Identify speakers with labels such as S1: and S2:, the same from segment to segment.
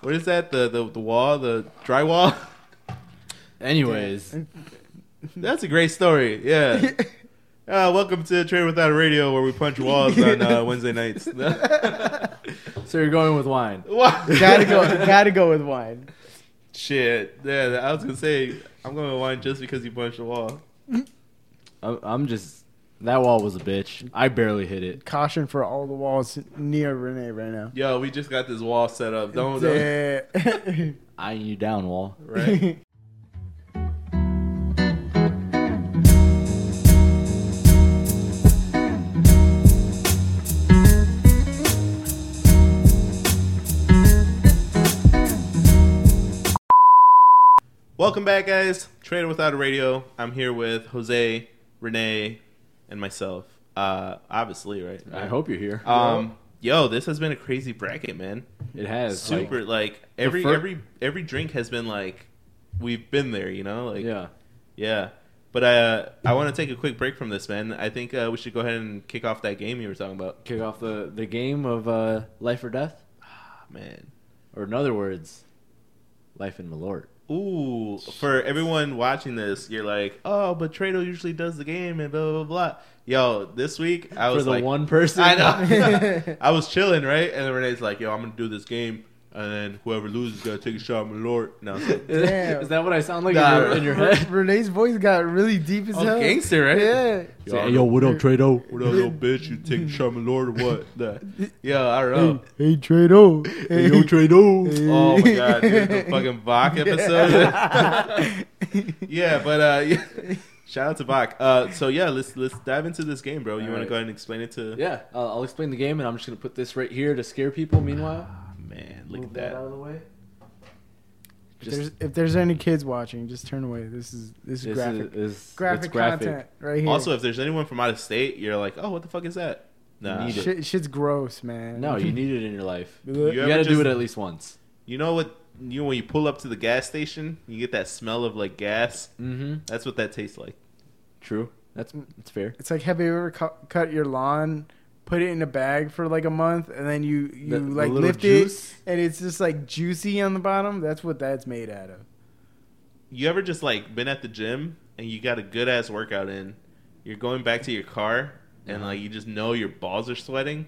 S1: What is that? The the, the wall, the drywall. Anyways, that's a great story. Yeah. Uh, welcome to Trade Without a Radio, where we punch walls on uh, Wednesday nights.
S2: So you're going with wine.
S1: Gotta
S3: gotta go. Gotta go with wine.
S1: Shit. Yeah, I was gonna say I'm going to wine just because you punched the wall.
S2: I'm, I'm just that wall was a bitch. I barely hit it.
S3: Caution for all the walls near Renee right now.
S1: Yo, we just got this wall set up. Don't. don't
S3: Yeah.
S2: Eyeing you down, wall.
S1: right. Welcome back, guys. Trader Without a Radio. I'm here with Jose, Renee, and myself. Uh, obviously, right?
S2: I hope you're here.
S1: Um, yo, this has been a crazy bracket, man.
S2: It has like-
S1: Super. Like, every
S2: fir-
S1: every every drink has been like, we've been there, you know? Like,
S2: yeah.
S1: yeah. But uh, I want to take a quick break from this, man. I think uh, we should go ahead and kick off that game you were talking about,
S2: Kick off the the game of uh, life or death,
S1: Ah, man.
S2: or in other words, life in Malort.
S1: Ooh, for everyone watching this, you're like, oh, but Trado usually does the game and blah blah blah. Yo, this week I
S2: For
S1: was
S2: the
S1: like,
S2: one person.
S1: I know. I was chilling, right? And then Renee's like, yo, I'm gonna do this game, and then whoever loses gotta take a shot at my lord. No, I was like,
S3: Damn.
S2: Is that what I sound like
S1: Nah.
S2: in, your, in your head?
S3: Renee's voice got really deep as
S1: Oh,
S3: hell.
S1: gangster, right?
S3: Yeah.
S1: yo, I don't-
S2: what up, Trado?
S1: what up, little bitch? You take
S2: Mm.
S1: a shot at my lord or what? The- Yo, I don't know.
S3: Hey, Trado.
S2: Trado.
S1: Oh my god, dude, the fucking Bach episode. yeah, but uh, yeah. shout out to Bach. Uh, so yeah, let's let's dive into this game, bro. You
S2: All
S1: want to
S2: right.
S1: go ahead and explain it to?
S2: Yeah, I'll I'll explain the game, and I'm just gonna put this right here to scare people. Meanwhile,
S1: Ah. Oh, Man, look
S2: Move
S1: at that.
S2: out of the way.
S3: If there's, if there's any kids watching, just turn away. This is this is
S2: This
S3: graphic.
S2: is- is- it's
S3: graphic, content right here.
S1: Also, if there's anyone from out of state, you're like, oh, what the fuck is that? Nah.
S2: Need it.
S3: Shit, shit's gross, man.
S2: No, you need it in your life. You,
S1: You ever
S2: gotta do
S1: just-
S2: it at least once.
S1: You know what? You know, when you pull up to the gas station, you get that smell of like gas.
S2: Mm-hmm.
S1: That's what that tastes like.
S2: True. That's that's fair.
S3: It's like, have you ever cu- cut your lawn, put it in a bag for like a month, and then you you
S2: The- the
S3: like
S2: little
S3: lift
S2: juice?
S3: it, and it's just like juicy on the bottom? That's what that's made out of.
S1: You ever just like been at the gym and you got a good ass workout in? You're going back to your car
S2: Uh-huh.
S1: and like you just know your balls are sweating.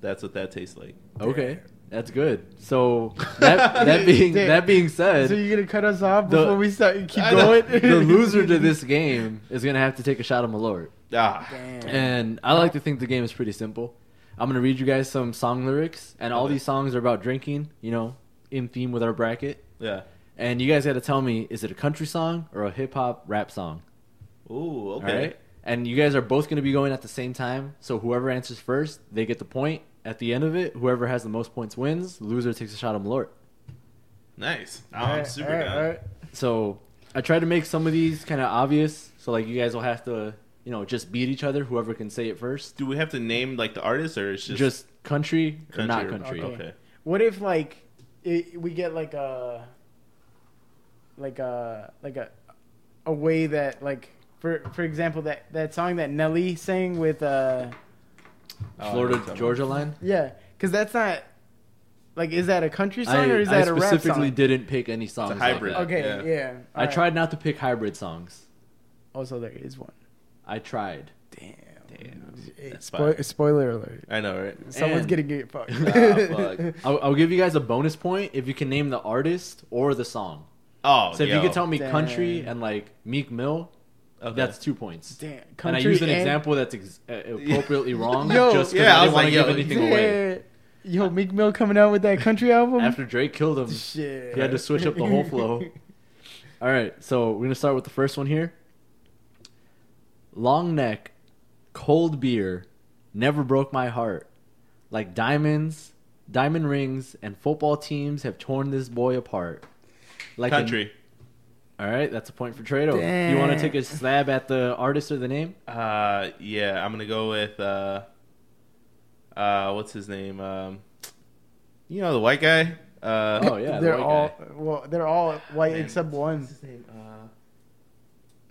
S1: That's what that tastes like.
S2: Okay, that's good. So that that being
S3: Dude.
S2: that being said,
S3: So you're gonna cut us off
S2: The-
S3: before we start? Keep
S1: I know.
S3: going.
S2: the loser to this game is gonna have to take a shot of Malort.
S1: Ah,
S3: Damn.
S2: And I like to think the game is pretty simple. I'm gonna read you guys some song lyrics, and all
S1: Okay.
S2: these songs are about drinking. You know, in theme with our bracket.
S1: yeah.
S2: And you guys got to tell me, is it a country song or a hip hop rap song?
S1: Ooh,
S2: All
S1: okay.
S2: right. And you guys are both going to be going at the same time. So whoever answers first, they get the point. At the end of it, whoever has the most points wins. Loser takes a shot at Malort.
S1: Nice. Oh,
S3: All
S1: I'm
S3: right,
S1: super
S3: all right,
S1: down.
S3: all right.
S2: So I tried to make some of these kind of obvious. So like you guys will have to, you know, just beat each other. Whoever can say it first.
S1: Do we have to name like the artist or it's
S2: Just,
S1: just,
S2: country, or not
S1: country?
S2: country.
S1: Okay.
S3: What if like it, we get like a like a like a a way that like for for example that that song that Nelly sang with uh
S2: Uh,
S1: Oh,
S2: Florida Georgia line.
S3: yeah because that's not like is that a country song
S2: I,
S3: or is
S2: I
S3: that a rap
S2: specifically
S3: song?
S2: didn't pick any songs. like
S1: hybrid.
S2: that.
S3: okay,
S1: Yeah.
S3: yeah.
S2: I
S3: alright.
S2: tried not to pick hybrid songs.
S3: Also, there is one.
S2: I tried.
S3: Damn.
S1: Damn.
S3: Hey,
S1: That's
S3: spoil-
S1: fire.
S3: spoiler alert.
S1: I know, right?
S3: Someone's
S2: And-
S3: gonna get fucked.
S1: Ah, fuck.
S2: I'll, I'll give you guys a bonus point if you can name the artist or the song.
S1: Oh,
S2: So if you
S1: yo.
S2: could tell me
S3: Dang.
S2: country and like Meek Mill,
S1: Okay.
S2: that's two points.
S3: Damn.
S2: and I
S3: Country
S2: used an
S3: and-
S2: example that's ex- uh, appropriately wrong
S3: Yo,
S2: just because
S1: yeah, I
S2: I
S1: was
S2: didn't
S1: like,
S2: want to give
S1: yo,
S2: anything away.
S3: Yeah. Yo, Meek Mill coming out with that country album.
S2: After Drake killed him,
S3: Shit.
S2: he had to switch up the whole flow. All right, so we're gonna start with the first one here. Long neck, cold beer, never broke my heart. Like diamonds, diamond rings, and football teams have torn this boy apart. Like an-
S1: country.
S2: All right, that's a point for Trado.
S3: Damn.
S2: You want to take a slab at the artist or the name?
S1: Uh, yeah, I'm gonna go with uh, uh, what's his name? Um, you know the white guy. Uh,
S2: Oh yeah, the
S3: they're
S2: white
S3: all
S2: guy.
S3: well. They're all white
S1: Man.
S3: except one.
S1: What's his name? Uh,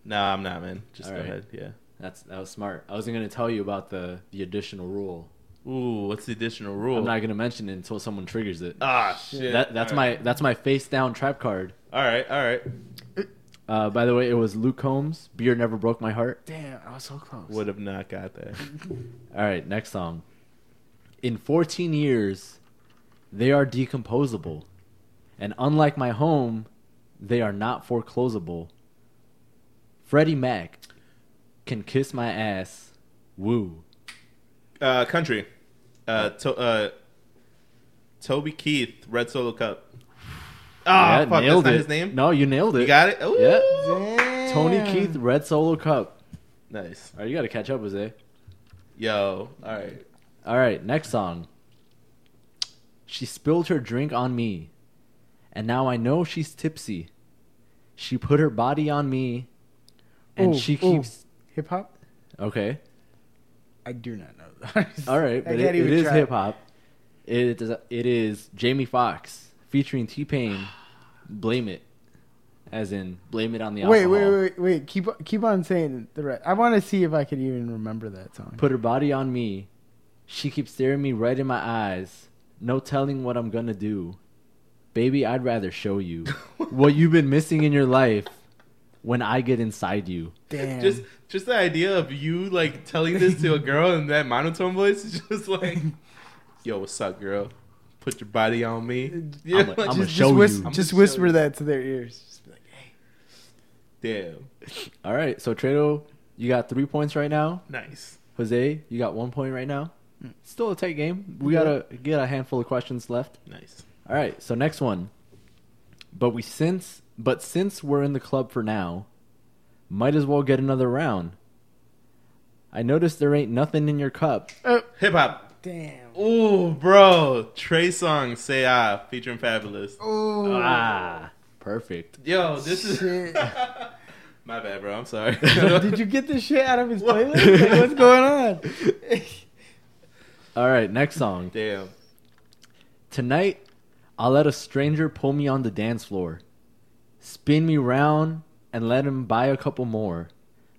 S1: nah, I'm not, man. Just
S2: All
S1: go
S2: right.
S1: ahead. Yeah.
S2: That's that was smart. I wasn't gonna tell you about the the additional rule
S1: Ooh, what's the additional rule?
S2: I'm not gonna mention it until someone triggers it.
S1: ah, shit.
S2: That, that's
S1: All
S2: my
S1: right.
S2: that's my face down trap card.
S1: All right, all right.
S2: Uh, by the way, it was Luke Combs. Beer never broke my heart.
S3: Damn, I was so close.
S1: Would have not got that.
S2: All right, next song. In 14 years, they are decomposable, and unlike my home, they are not foreclosable. Freddie Mac can kiss my ass. Woo.
S1: Uh, country. Uh, to, uh, Toby Keith, Red Solo Cup. Ah,
S2: Yeah,
S1: fuck, that's
S2: nailed
S1: not
S2: it.
S1: his name.
S2: No, you nailed it.
S1: You got it. Ooh.
S2: Yeah.
S3: Damn.
S2: Tony Keith, Red Solo Cup.
S1: Nice.
S2: All right, you got to catch up, Jose.
S1: Yo. All right.
S2: All right, next song. She spilled her drink on me, and now I know she's tipsy. She put her body on me, and
S3: Ooh,
S2: she
S3: ooh.
S2: keeps.
S3: hip hop.
S2: Okay,
S3: I do not know. That.
S2: all right,
S3: I
S2: but
S3: can't
S2: it- it
S3: even
S2: is
S3: try.
S2: hip hop. It is. It is Jamie Foxx featuring T Pain. Blame it, as in blame it on the
S3: Wait,
S2: alcohol.
S3: wait, wait, wait. Keep keep on saying the rest. I want to see if I could even remember that song.
S2: Put her body on me. She keeps staring me right in my eyes. No telling what I'm gonna do. Baby, I'd rather show you what you've been missing in your life when I get inside you.
S3: Damn.
S1: Just, just the idea of you like telling this to a girl in that monotone voice is just like, yo, what's up, girl? Put your body on me. Yeah,
S2: I'm a-
S1: like,
S2: I'm a
S1: just-
S2: sh- show
S3: just,
S2: you.
S1: I'm
S3: just
S1: gonna show
S3: whisper
S1: you.
S3: that to their ears. Just be like, hey.
S1: damn.
S2: All right, so Trado, you got three points right now.
S1: Nice.
S2: Jose, you got one point right now. Still a tight game. We gotta get a handful of questions left.
S1: Nice.
S2: All right, so next one. But we since but since we're in the club for now, might as well get another round. I noticed there ain't nothing in your cup.
S3: Oh,
S1: Hip hop.
S3: damn.
S1: Ooh, bro. Trey Song, Say Ah, featuring Fabulous.
S3: Oh.
S2: Ah, perfect.
S1: Yo, this is.
S3: Shit.
S1: My bad, bro. I'm sorry.
S3: Did you get this shit out of his
S1: What?
S3: playlist? Like, what's going on?
S2: All right, next song.
S1: Damn.
S2: Tonight, I'll let a stranger pull me on the dance floor, spin me round, and let him buy a couple more.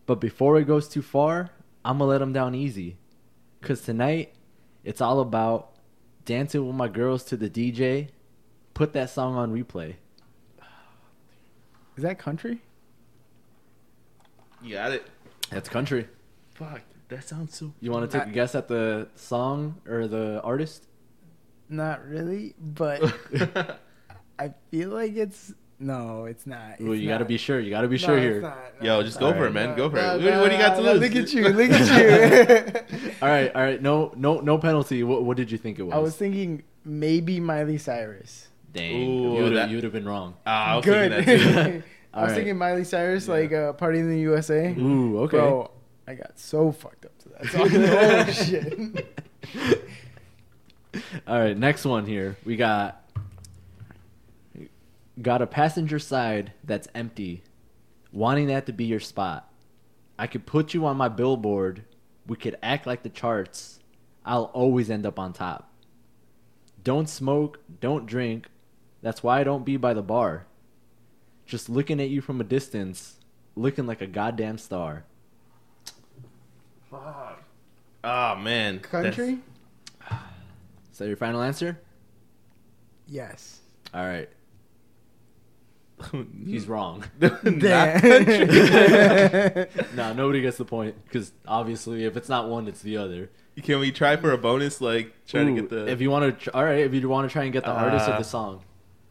S2: But before it goes too far, I'ma let him down easy. Cause tonight, it's all about dancing with my girls to the DJ. Put that song on replay.
S3: Is that country?
S1: You got it.
S2: That's country.
S1: Fuck. That sounds so.
S2: You want to take a guess at the song or the artist?
S3: Not really, but I feel like it's no, it's not. It's
S2: Well, you got to
S3: not.
S2: be sure. You got to be
S3: No,
S2: sure
S3: it's
S2: here.
S3: not. No,
S1: Yo,
S3: it's
S1: just
S3: not.
S1: go for it, man.
S3: No,
S1: Go for
S3: no,
S1: it. What- what do you got to
S3: no, no,
S1: lose?
S3: Look at you. Look at you.
S2: All right, all right. No, no, no penalty. What, what did you think it was?
S3: I was thinking maybe Miley Cyrus.
S2: Dang,
S1: Ooh,
S2: you would
S1: that-
S2: have you'd have been wrong.
S1: Ah, I was
S3: Good.
S1: thinking that too.
S3: I was
S2: Alright.
S3: thinking Miley Cyrus, like uh, Party in the USA.
S2: Ooh, Mm, okay. Oh,
S3: Bro, I got so fucked up to that song. Holy oh, shit.
S2: All right, next one here. We got got a passenger side that's empty, wanting that to be your spot. I could put you on my billboard. We could act like the charts. I'll always end up on top. Don't smoke, don't drink. That's why I don't be by the bar. Just looking at you from a distance, looking like a goddamn star.
S1: Oh man,
S3: Country?
S2: Is that your final answer?
S3: Yes.
S2: All right.
S1: That's-
S2: He's wrong.
S1: not
S3: Damn.
S1: country.
S2: No, nobody gets the point because obviously, if it's not one, it's the other.
S1: Can we try for a bonus? Like try to
S2: Ooh,
S1: get the.
S2: If you want to, tr- all right. If you want to try and get the artist of
S1: Uh,
S2: the song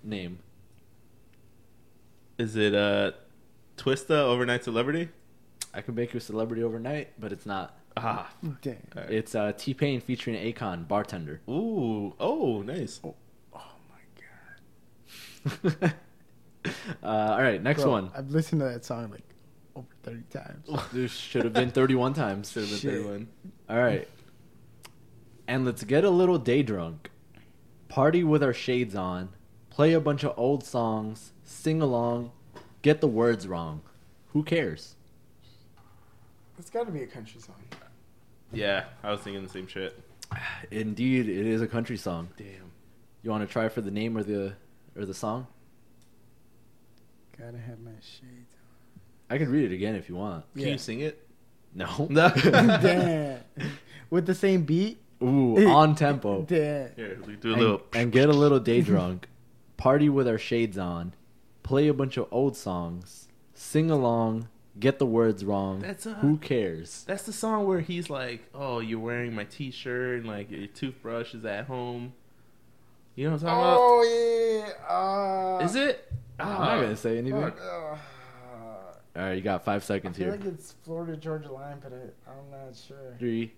S2: name,
S1: Is it uh, Twista Overnight Celebrity?
S2: I can make you a celebrity overnight, but it's not.
S1: Ah.
S3: Damn.
S1: Alright.
S2: It's uh, T Pain featuring Akon, bartender.
S1: Ooh. Oh, nice.
S3: Oh my god.
S2: uh, all right, next
S3: Bro,
S2: one.
S3: I've listened to that song like over 30 times.
S2: This should have been 31 times.
S1: Should have been
S3: Shit.
S1: third one.
S2: All right. And let's get a little day drunk. Party with our shades on, play a bunch of old songs, sing along, get the words wrong. Who cares?
S3: It's got to be a country song.
S1: Yeah, I was thinking the same shit.
S2: Indeed, it is a country song.
S1: Damn.
S2: You want to try for the name or the or the song?
S3: Gotta have my shades
S2: I could read it again if you want.
S1: Can
S3: Yeah.
S2: Oh.
S1: you sing it?
S2: No.
S1: No.
S3: on. Damn. With the same beat?
S2: Ooh, on tempo.
S3: Damn.
S1: Here, we do a
S2: And,
S1: little.
S2: and get a little day drunk. Party with our shades on. Play a bunch of old songs. Sing along. Get the words wrong.
S1: That's, uh,
S2: Who cares?
S1: That's the song where he's like, "Oh, you're wearing my T-shirt and like your toothbrush is at home." You know what I'm talking
S3: Oh yeah. Uh,
S1: about? Is it?
S2: I'm not
S3: Ah,
S2: going to say anything.
S1: fuck.
S2: All right, you got five
S3: I
S2: seconds
S3: feel
S2: here.
S3: like it's Florida Georgia Line, but I, I'm not sure.
S2: Three.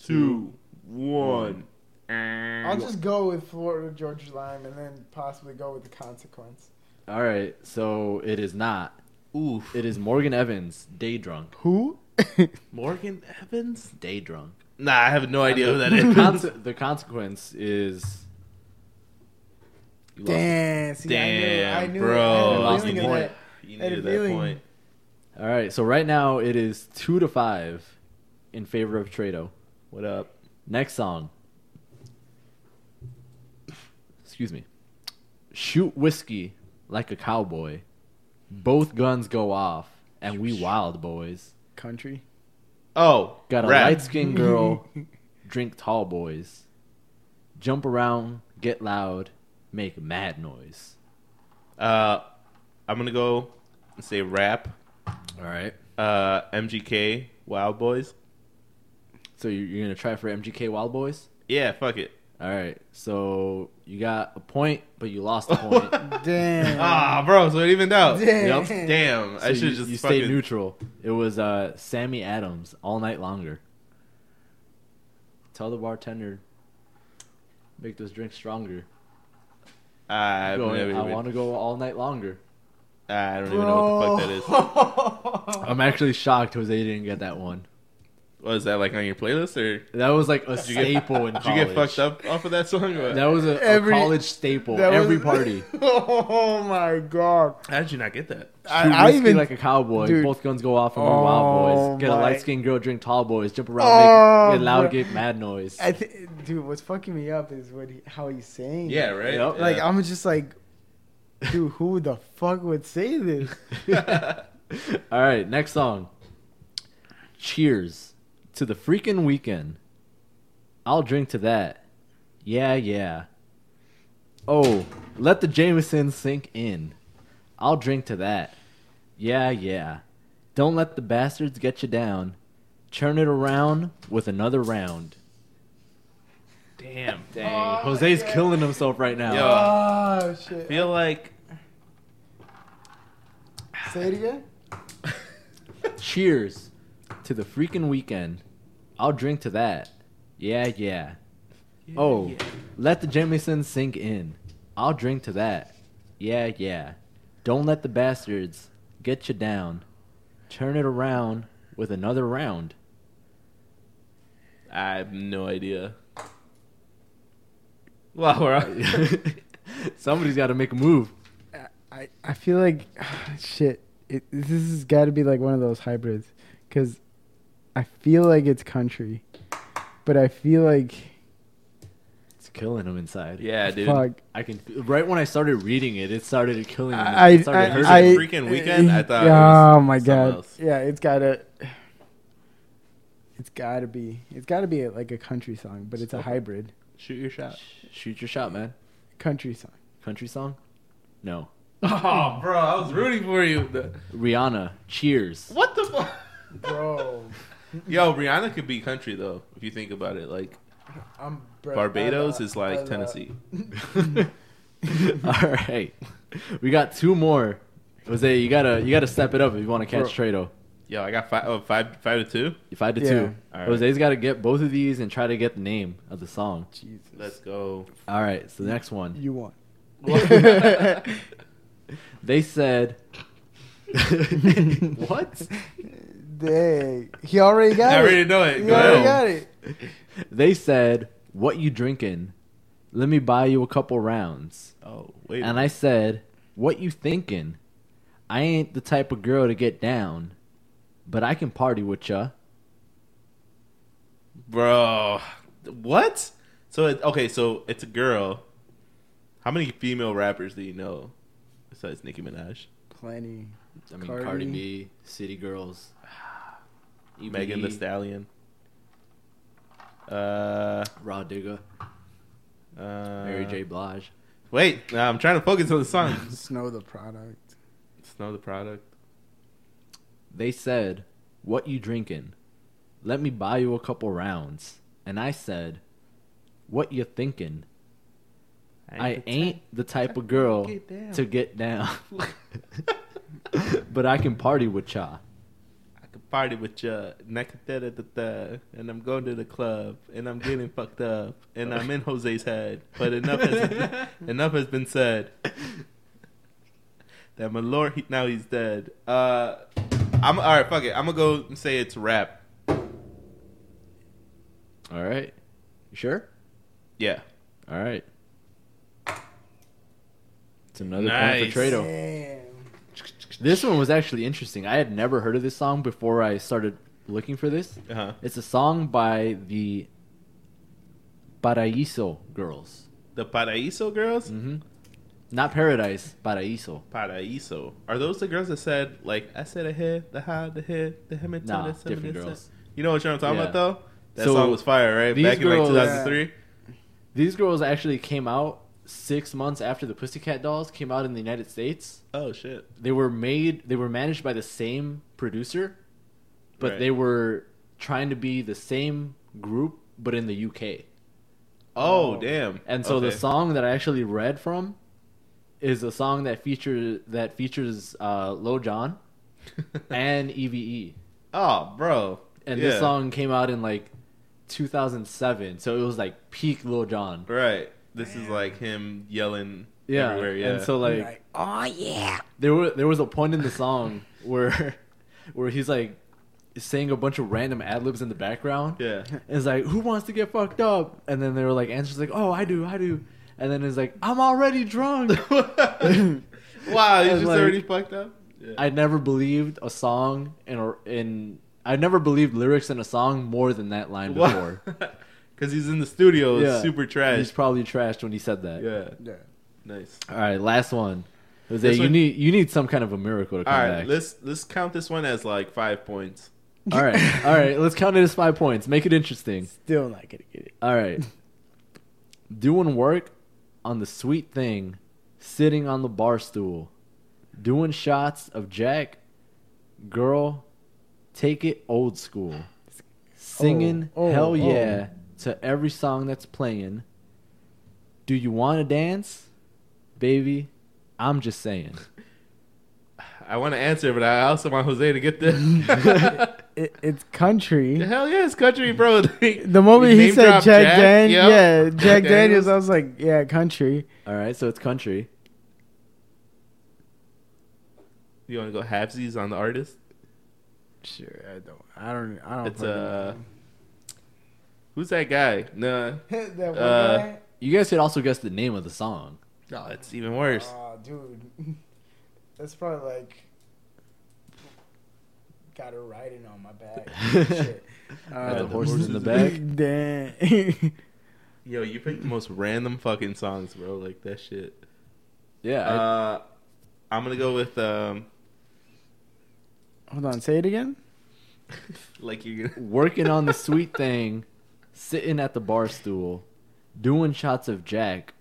S1: two, one.
S3: I'll just go with Florida Georgia Line and then possibly go with the consequence.
S2: All right, so it is not.
S1: Oof.
S2: It is Morgan Evans, day drunk.
S3: Who?
S1: Morgan Evans?
S2: Day drunk.
S1: Nah, I have no idea who that
S2: The
S1: is.
S2: conse- the consequence is. You lost it.
S3: Damn. See,
S1: Damn,
S3: I knew, I knew
S1: bro.
S3: I had a
S2: Lost
S3: feeling
S2: the
S3: of
S1: point.
S3: that.
S1: You
S3: I had a
S1: needed Oh, that
S3: feeling.
S1: point.
S2: All right, so right now it is two to five in favor of Trado.
S1: What up?
S2: Next song. Excuse me. Shoot whiskey like a cowboy. Both guns go off, and we wild boys.
S3: Country.
S1: Oh,
S2: Got a
S1: rap.
S2: light skinned girl, drink tall boys, jump around, get loud, make mad noise.
S1: Uh, I'm gonna go and say rap.
S2: All right.
S1: Uh, MGK, Wild Boys.
S2: So you- you're going to try for MGK Wild Boys?
S1: Yeah, fuck it.
S2: All right. So you got a point, but you lost a point.
S3: Damn.
S1: Ah, bro, so it evened out.
S3: Damn.
S2: Yep.
S1: Damn,
S2: So
S1: I should
S2: you,
S1: just
S2: you
S1: fucking.
S2: stay neutral. It was uh, Sammy Adams all night longer. Tell the bartender, make this drink stronger.
S1: I,
S2: Going,
S1: Ah, never
S2: I
S1: even- Ah,
S2: want to go all night longer.
S1: I don't even know what the fuck that is.
S3: fuck that
S2: I'm actually shocked Jose didn't get that one.
S1: What is that like on your playlist or
S2: That was like a
S1: you get-
S2: staple in
S1: did
S2: college.
S1: you get fucked up off of that song? Or...
S2: That was a, a
S3: Every-
S2: college staple. Every party.
S3: oh my god.
S1: How did you not get that?
S2: Shoot
S3: I, I
S2: whiskey
S3: even
S2: like a cowboy.
S3: dude.
S2: Both guns go off and we
S3: Oh,
S2: wild boys. Get a
S3: my-
S2: light skinned girl, drink tall boys, jump around,
S3: Oh,
S2: make, get loud,
S3: bro.
S2: get mad noise.
S3: I th- dude, what's fucking me up is what he, how he's saying.
S1: Yeah,
S3: it.
S1: right.
S2: Yep.
S3: Like I'm just like, dude, who the fuck would say this?
S2: All right, next song. Cheers to the freaking weekend. I'll drink to that. Yeah, yeah. Oh, let the Jameson sink in. I'll drink to that. Yeah, yeah. Don't let the bastards get you down. Turn it around with another round.
S1: damn,
S2: Dang,
S3: Oh,
S2: Jose's
S3: yeah.
S2: killing himself right now.
S1: Yo.
S3: Oh
S1: I
S3: shit.
S1: feel like
S3: Say it again.
S2: Cheers to the freaking weekend. I'll drink to that. Yeah, yeah. Oh, let the Jameson sink in. I'll drink to that. Yeah, yeah. Don't let the bastards get you down. Turn it around with another round.
S1: I have no idea. Wow, we're
S2: Somebody's got to make a move.
S3: I, I feel like shit. It, this has got to be like one of those hybrids because I feel like it's country, but I feel like
S2: It's killing him inside.
S1: yeah, dude.
S3: fuck.
S2: I can. Right when I started reading it, it started killing him.
S3: I,
S2: It
S3: I, uh,
S2: started hurting
S1: I-
S2: him.
S1: Freaking weekend? I thought it
S3: Oh
S1: was
S3: my
S1: something
S3: god.
S1: else.
S3: Yeah, it's gotta. It's gotta be. It's gotta be like a country song, but it's a hybrid
S1: Shoot your shot.
S2: Shoot your shot, man.
S3: country song.
S2: Country song? No.
S1: Oh, bro, I was rooting for you. The-
S2: Rihanna. Cheers.
S1: What the fuck?
S3: Bro,
S1: Yo, Rihanna could be country though, if you think about it. Like
S3: I'm.
S1: Barbados is like Tennessee. Uh,
S2: All right, we got two more. Jose, you gotta you gotta step it up if you want to catch Trado.
S1: Yo, I got five, oh, five, five to two.
S2: You five to
S3: Yeah.
S2: two.
S1: All right.
S2: Jose's got to get both of these and try to get the name of the song.
S3: Jesus,
S1: Let's go.
S2: All right, so the next one.
S3: you won.
S2: They said, "What?"
S3: Dang, he already got
S1: I
S3: it.
S1: already know it.
S3: He
S1: Go
S3: already
S1: ahead.
S3: got it.
S2: They said, "What you drinking?" Let me buy you a couple rounds.
S1: Oh wait.
S2: And I said, "What you thinking? I ain't the type of girl to get down, but I can party with ya."
S1: Bro, what? So it, okay, so it's a girl. How many female rappers do you know besides Nicki Minaj?
S3: Plenty.
S2: I mean, Cardi,
S3: Cardi.
S2: B, City Girls,
S1: Megan
S2: EBE.
S1: The Stallion. Uh,
S2: Raw Digga,
S1: uh,
S2: Mary J. Blige.
S1: Wait, uh, I'm trying to focus on the song.
S3: Snow the product.
S1: Snow the product.
S2: They said, "What you drinking? Let me buy you a couple rounds." And I said, "What you thinking? I ain't the type of girl
S1: get down.
S2: to get down, but I can party with ya."
S1: I could party with ya, and I could da da da da, and I'm going to the club, and I'm getting fucked up, and I'm in Jose's head. But enough has enough has been said. That my lord, he, now he's dead. Uh, I'm all right. Fuck it. I'm gonna go and say it's rap.
S2: All right, you sure?
S1: Yeah.
S2: All right. It's another point
S1: Nice.
S2: for Trado.
S3: Damn.
S2: This one was actually interesting. I had never heard of this song before I started looking for this.
S1: Uh huh.
S2: It's a song by the Paraíso Girls.
S1: The Paraíso girls.
S2: hmm Not Paradise, Paraíso.
S1: Paraíso. Are those the girls that said like I said a head, the high, the head, the hem and
S2: Nah,
S1: the seven
S2: different
S1: and
S2: girls.
S1: se-" You know what I'm talking
S2: Yeah.
S1: about though? That
S2: So,
S1: song was fire, right?
S2: these
S1: Back in like
S2: girls-
S1: 2003.
S2: These girls actually came out six months after the Pussycat Dolls came out in the United States.
S1: Oh shit.
S2: They were made, they were managed by the same producer, but
S1: Right.
S2: they were trying to be the same group, but in the UK.
S1: Oh,
S3: Oh.
S1: damn.
S2: And so
S1: Okay.
S2: the song that I actually read from is a song that feature that features uh, Lil Jon and EVE.
S1: oh, bro.
S2: And
S1: Yeah.
S2: this song came out in like 2007, so it was like peak Lil Jon.
S1: Right. This is like him yelling
S2: Yeah.
S1: everywhere. Yeah.
S2: And so like
S3: Like, oh yeah.
S2: there were there was a point in the song where where he's like saying a bunch of random ad libs in the background.
S1: yeah.
S2: And it's like, who wants to get fucked up? And then they were like, answers like, oh, I do, I do. And then it's like, I'm already drunk.
S1: wow, he's
S2: And,
S1: just
S2: like,
S1: already fucked up. Yeah.
S2: I never believed a song in a, in I never believed lyrics in a song more than that line before.
S1: Because he's in the studio, it's
S2: Yeah.
S1: super
S2: He's
S1: trash.
S2: probably trashed when he said that.
S1: Yeah,
S3: Yeah.
S1: nice.
S2: All right, last one. Jose,
S1: This
S2: you
S1: one-
S2: need you need some kind of a miracle to
S1: All
S2: come
S1: right,
S2: back.
S1: let's let's count this one as like five points.
S2: All right, all right. Let's count it as five points. Make it interesting.
S3: Still not gonna get it.
S2: All right. doing work on the sweet thing, sitting on the bar stool, doing shots of Jack, girl, take it old school, singing
S3: Oh, oh,
S2: hell
S3: oh.
S2: yeah to every song that's playing. Do you want to dance, baby? I'm just saying.
S1: I want to answer, but I also want Jose to get this.
S3: it it's country.
S1: Hell yeah, it's country, bro.
S3: The moment he
S1: Name
S3: said
S1: drop
S3: Jack, Dan, yeah, Jack Daniels,
S1: Daniels.
S3: I was like, yeah, country.
S2: All right, so it's country.
S1: You want to go halfsies on the artist?
S3: Sure, I don't, I don't, I don't.
S1: It's uh, who's that guy? Nah,
S3: that one
S1: uh,
S3: guy.
S2: You guys could also guess the name of the song.
S1: no, it's even worse.
S3: Aw, dude, that's probably like got her riding on my back. Shit. Uh,
S2: Got
S1: the horses in the
S2: back.
S3: Damn.
S1: Yo, you picked the most random fucking songs, bro. Like that shit.
S2: Yeah, I-
S1: Uh, I'm gonna go with um,
S3: Hold on, say it again.
S1: like you're gonna.
S2: working on the sweet thing, sitting at the bar stool, doing shots of Jack,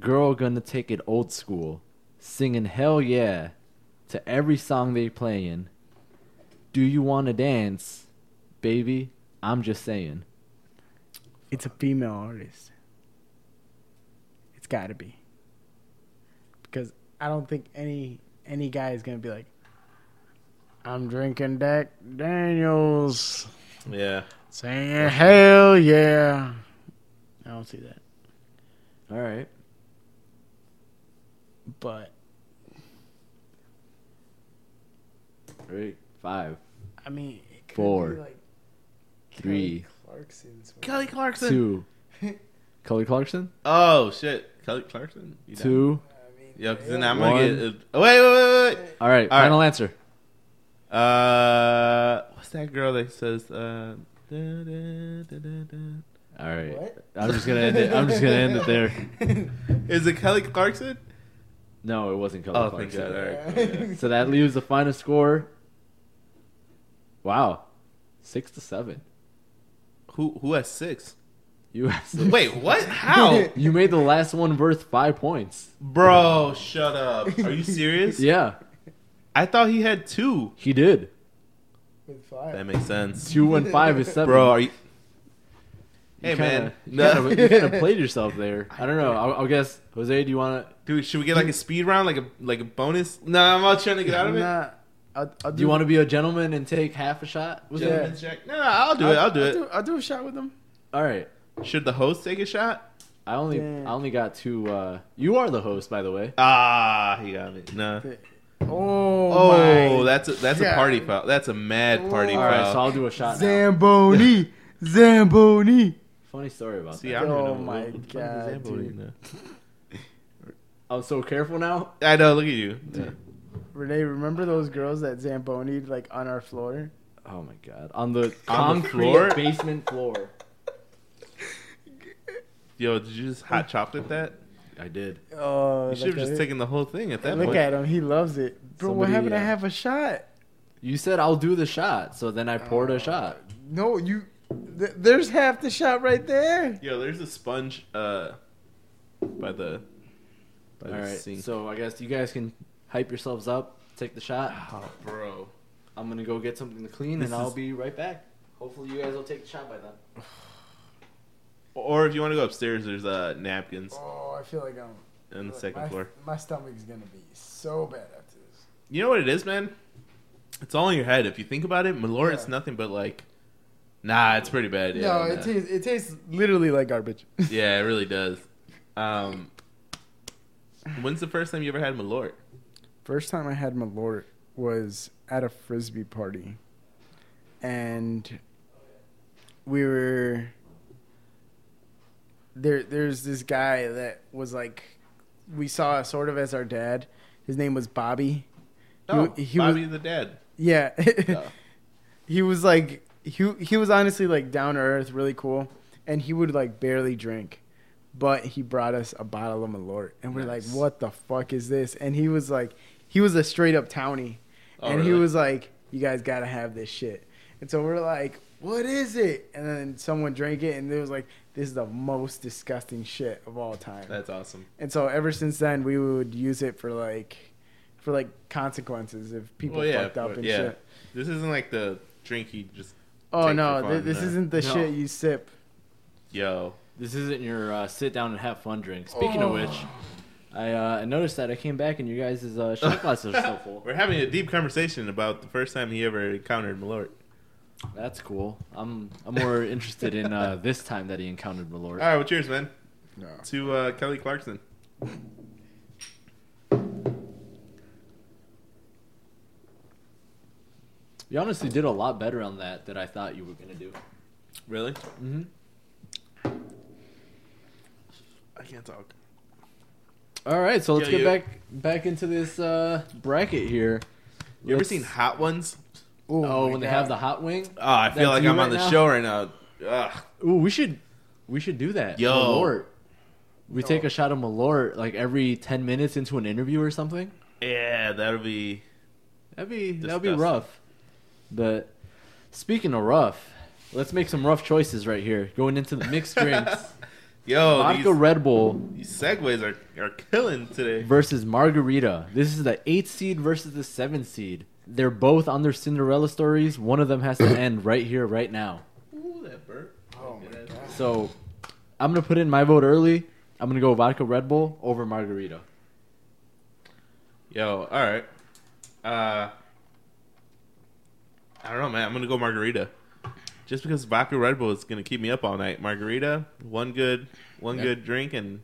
S2: girl gonna take it old school, singing hell yeah to every song they playing. Do you wanna dance, baby? I'm just saying.
S3: It's a female artist. It's got to be because I don't think any any guy is gonna be like, I'm drinking Jack Daniels,
S1: Yeah,
S3: saying hell yeah. I don't see that,
S2: All right.
S3: but
S2: Three, five,
S3: I mean, it could
S2: Four.
S3: be like
S2: Three.
S3: Kelly Clarkson's.
S1: Kelly Clarkson.
S2: two. Kelly Clarkson?
S1: Oh shit, Kelly Clarkson. You down?
S2: Two.
S3: I mean,
S1: Yo, 'cause then I'm
S2: One.
S1: gonna get. Uh, wait, wait, wait, wait.
S2: All right,
S1: All right.
S2: final answer.
S1: Uh, what's that girl that says? Uh, da, da, da, da, da.
S2: All right.
S3: What?
S2: I'm just gonna end it. I'm just gonna end it there.
S1: Is it Kelly Clarkson?
S2: No, it wasn't Kelly
S1: Oh, thank
S2: Clarkson.
S1: God. All right.
S3: Yeah.
S2: So that leaves the final score. Wow, six to seven.
S1: Who who has six?
S2: You asked.
S1: Wait, what? How?
S2: You made the last one worth five points.
S1: Bro, shut up. Are you serious?
S2: Yeah,
S1: I thought he had two.
S2: he did.
S3: With five.
S1: That makes sense.
S2: Two and five is seven.
S1: Bro, are you
S2: You
S1: Hey,
S2: kinda-
S1: man.
S2: you
S1: No.
S2: kinda, you kinda played yourself there. I don't know. I'll, I'll guess, Jose. Do you want to?
S1: Dude, should we get like a speed round, like a like a bonus? No, I'm all trying to get out of
S3: I'm
S1: it.
S3: not- I'll, I'll
S2: Do you want to be a gentleman and take half a shot? with
S3: Yeah.
S2: it?
S1: Gentleman's check. No, no, I'll do it. I'll do
S3: I'll
S1: it.
S3: Do, I'll do a shot with him.
S2: All right.
S1: Should the host take a shot?
S2: I only
S3: Yeah.
S2: I only got two. Uh, you are the host, by the way.
S1: Ah, he got it. No.
S3: Oh,
S1: Oh,
S3: my
S1: that's a, that's a
S3: God.
S1: party foul. That's a mad party
S3: Oh.
S2: All right,
S1: foul.
S2: so I'll do a shot. Now.
S3: Zamboni, Zamboni.
S2: Funny story about
S1: See,
S2: that.
S1: I don't even
S3: Oh
S1: know
S3: my
S1: what the fuck is
S3: God,
S1: that ball
S3: dude.
S1: in there.
S2: I'm Oh, so careful now.
S1: I know. Look at you. Yeah.
S3: Renee, remember those girls that Zamboni like on our floor?
S2: Oh my god! On the
S1: On the
S2: concrete
S1: floor?
S2: basement floor.
S1: Yo, did you just hot chocolate that?
S2: I did.
S3: Oh,
S1: You should have
S3: look
S1: just
S3: at-
S1: taken the whole thing at that
S3: Look
S1: point.
S3: at him. He loves it. Bro, what
S2: Somebody,
S3: happened to
S2: uh,
S3: have a shot?
S2: You said I'll do the shot, so then I poured a shot.
S3: No, you. Th- there's half the shot right there.
S1: Yo, there's a sponge uh by the by
S2: All
S1: the
S2: right.
S1: sink.
S2: So I guess you guys can hype yourselves up, take the shot.
S1: oh, bro.
S2: I'm gonna go get something to clean,
S1: This
S2: and I'll
S1: is-
S2: be right back. Hopefully, you guys will take the shot by then.
S1: Or if you want to go upstairs, there's uh napkins
S3: Oh, I feel like I'm.
S1: on the second floor.
S3: My stomach's gonna be so bad after this.
S1: You know what it is, man? It's all in your head. If you think about it, Malort, it's
S3: Yeah.
S1: nothing but like, nah, it's pretty bad. Yeah,
S3: no,
S1: nah.
S3: it tastes. It tastes literally like garbage.
S1: yeah, it really does. Um, when's the first time you ever had Malort?
S3: First time I had Malort was at a frisbee party, and we were there. There's this guy that was like, we saw sort of as our dad. His name was Bobby. He-
S1: Oh,
S3: he, was
S1: Bobby the Dad.
S3: yeah.
S1: Oh.
S3: he was like he he was honestly like down to earth, really cool, and he would like barely drink, but he brought us a bottle of Malort, and we're
S1: Nice.
S3: like, what the fuck is this? And he was like, he was a straight up townie,
S1: Oh,
S3: and he
S1: really?
S3: was like, you guys gotta have this shit, and so we're like. What is it? And then someone drank it, and it was like, "This is the most disgusting shit of all time."
S1: That's awesome.
S3: and so ever since then, we would use it for like, for like consequences if people
S1: Well, yeah,
S3: fucked up
S1: but-
S3: and
S1: yeah.
S3: shit.
S1: This isn't like the drink you just
S3: Oh
S1: take
S3: no,
S1: for
S3: th-
S1: fun,
S3: this
S1: no.
S3: isn't the
S2: No.
S3: shit you sip.
S1: yo.
S2: This isn't your uh, sit down and have fun drink. Speaking
S3: Oh.
S2: of which, I, uh, I noticed that I came back and you guys' uh, shot glasses are still full.
S1: We're having a deep conversation about the first time he ever encountered Malort.
S2: That's cool. I'm I'm more interested in uh, this time that he encountered
S1: All
S2: Malort.
S1: right, well, cheers, man,
S3: No.
S1: to uh, Kelly Clarkson.
S2: You honestly did a lot better on that than I thought you were gonna do.
S1: Really?
S2: Mm-hmm.
S1: I can't talk.
S2: All right, so let's
S1: Yeah,
S2: get
S1: you-
S2: back back into this uh, bracket here.
S1: You ever
S2: Let's-
S1: seen Hot Ones?
S3: Ooh,
S2: Oh,
S3: my
S2: when they have the
S3: God.
S2: hot wing.
S1: Oh, I feel
S2: That
S1: like
S2: you
S1: I'm
S2: right
S1: on the
S2: now?
S1: show right now. Ugh.
S2: Ooh, we should we should do that.
S1: Yo.
S2: Malort. We take
S3: Yo.
S2: a shot of Malort like every ten minutes into an interview or something.
S1: Yeah, that'll be.
S2: That'd be that'd be
S1: Disgusting.
S2: rough. But speaking of rough, let's make some rough choices right here. Going into the mixed drinks,
S1: Yo,
S2: vodka
S1: Oh, these,
S2: Red Bull
S1: these segues are, are killing today.
S2: versus margarita. This is the eight seed versus the seven seed. They're both on their Cinderella stories. One of them has to end right here, right now.
S1: Ooh, that burp.
S3: Oh my God.
S2: So I'm gonna put in my vote early. I'm gonna go vodka Red Bull over margarita.
S1: Yo, all right. Uh, I don't know, man. I'm gonna go margarita, just because vodka Red Bull is gonna keep me up all night. Margarita, one good, one
S2: Yeah.
S1: good drink, and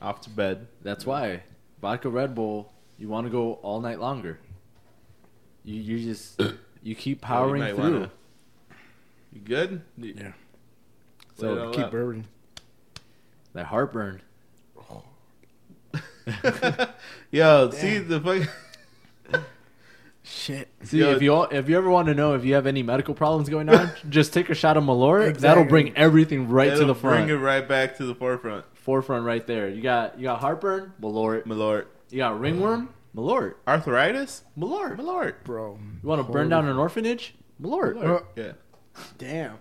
S1: off to bed.
S2: That's why vodka Red Bull. You want to go all night longer. You you just you keep powering
S1: might
S2: through.
S1: wanna- You good?
S3: Yeah.
S2: So,
S1: Let it all
S3: Keep
S1: out.
S3: bourbon.
S2: That heartburn.
S1: Yo, see the fuck.
S3: Shit.
S2: See,
S1: Yo-
S2: if you all, if you ever want to know if you have any medical problems going on, just take a shot of Malort. That'll
S3: Exactly.
S2: bring everything right to
S1: It'll
S2: the front,
S1: Bring it right back to the forefront,
S2: forefront right there. You got you got heartburn, Malort.
S1: my lord.
S2: You got ringworm, Malort,
S1: Arthritis,
S2: Malort.
S1: my lord.
S3: Bro.
S2: You want to burn down an orphanage, Malort.
S3: Malort.
S1: Yeah.
S3: Damn.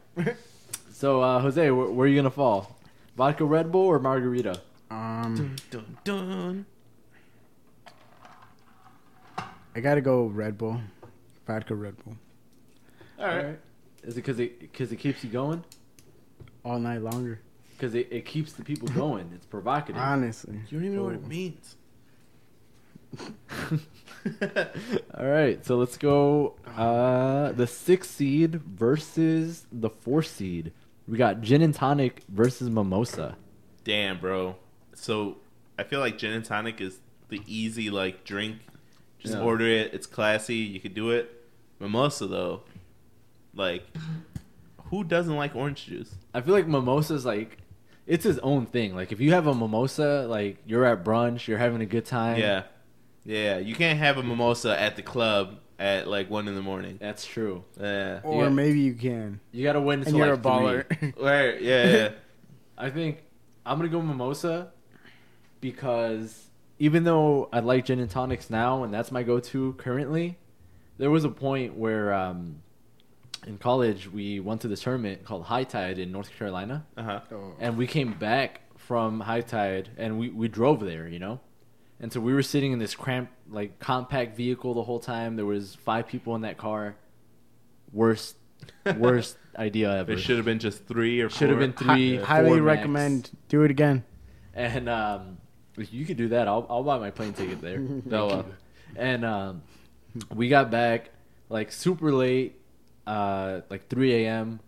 S2: So, uh, Jose, where, where are you gonna fall? Vodka Red Bull or margarita?
S3: Um,
S1: Dun, dun.
S3: I gotta go Red Bull, vodka Red Bull,
S1: All right.
S2: Is it because it because it keeps you going?
S3: all night longer.
S2: Because it, it keeps the people going. It's provocative.
S3: Honestly,
S1: You don't even know what
S3: Oh.
S1: it means.
S2: All right, so let's go. Uh, the six seed versus the four seed. We got gin and tonic versus mimosa.
S1: Damn, bro. So I feel like gin and tonic is the easy like drink. Just
S2: Yeah.
S1: order it. It's classy. You could do it. Mimosa though, like, who doesn't like orange juice?
S2: I feel like mimosa's like it's his own thing. Like if you have a mimosa, like you're at brunch, you're having a good time.
S1: Yeah, yeah. You can't have a mimosa at the club at like one in the morning.
S2: that's true.
S1: Yeah.
S3: or
S2: Yeah.
S3: maybe you can,
S2: You got to win.
S3: and
S2: until,
S3: you're
S2: like,
S3: a baller.
S1: Right. Yeah. yeah.
S2: I think I'm gonna go mimosa because even though I like gin and tonics now, and that's my go-to currently, there was a point where um, in college we went to this tournament called High Tide in North Carolina,
S1: Uh huh.
S3: Oh.
S2: and we came back from High Tide and we we drove there, you know, and so we were sitting in this cramped like compact vehicle the whole time. There was five people in that car. Worst, worst idea ever.
S1: There should have been just three or
S2: Should have
S1: four.
S2: been three.
S3: Hi-
S2: four
S3: highly
S2: max.
S3: recommend. Do it again.
S2: And um, if you could do that. I'll I'll buy my plane ticket there. No, uh, and um, we got back like super late, uh, like 3 a.m.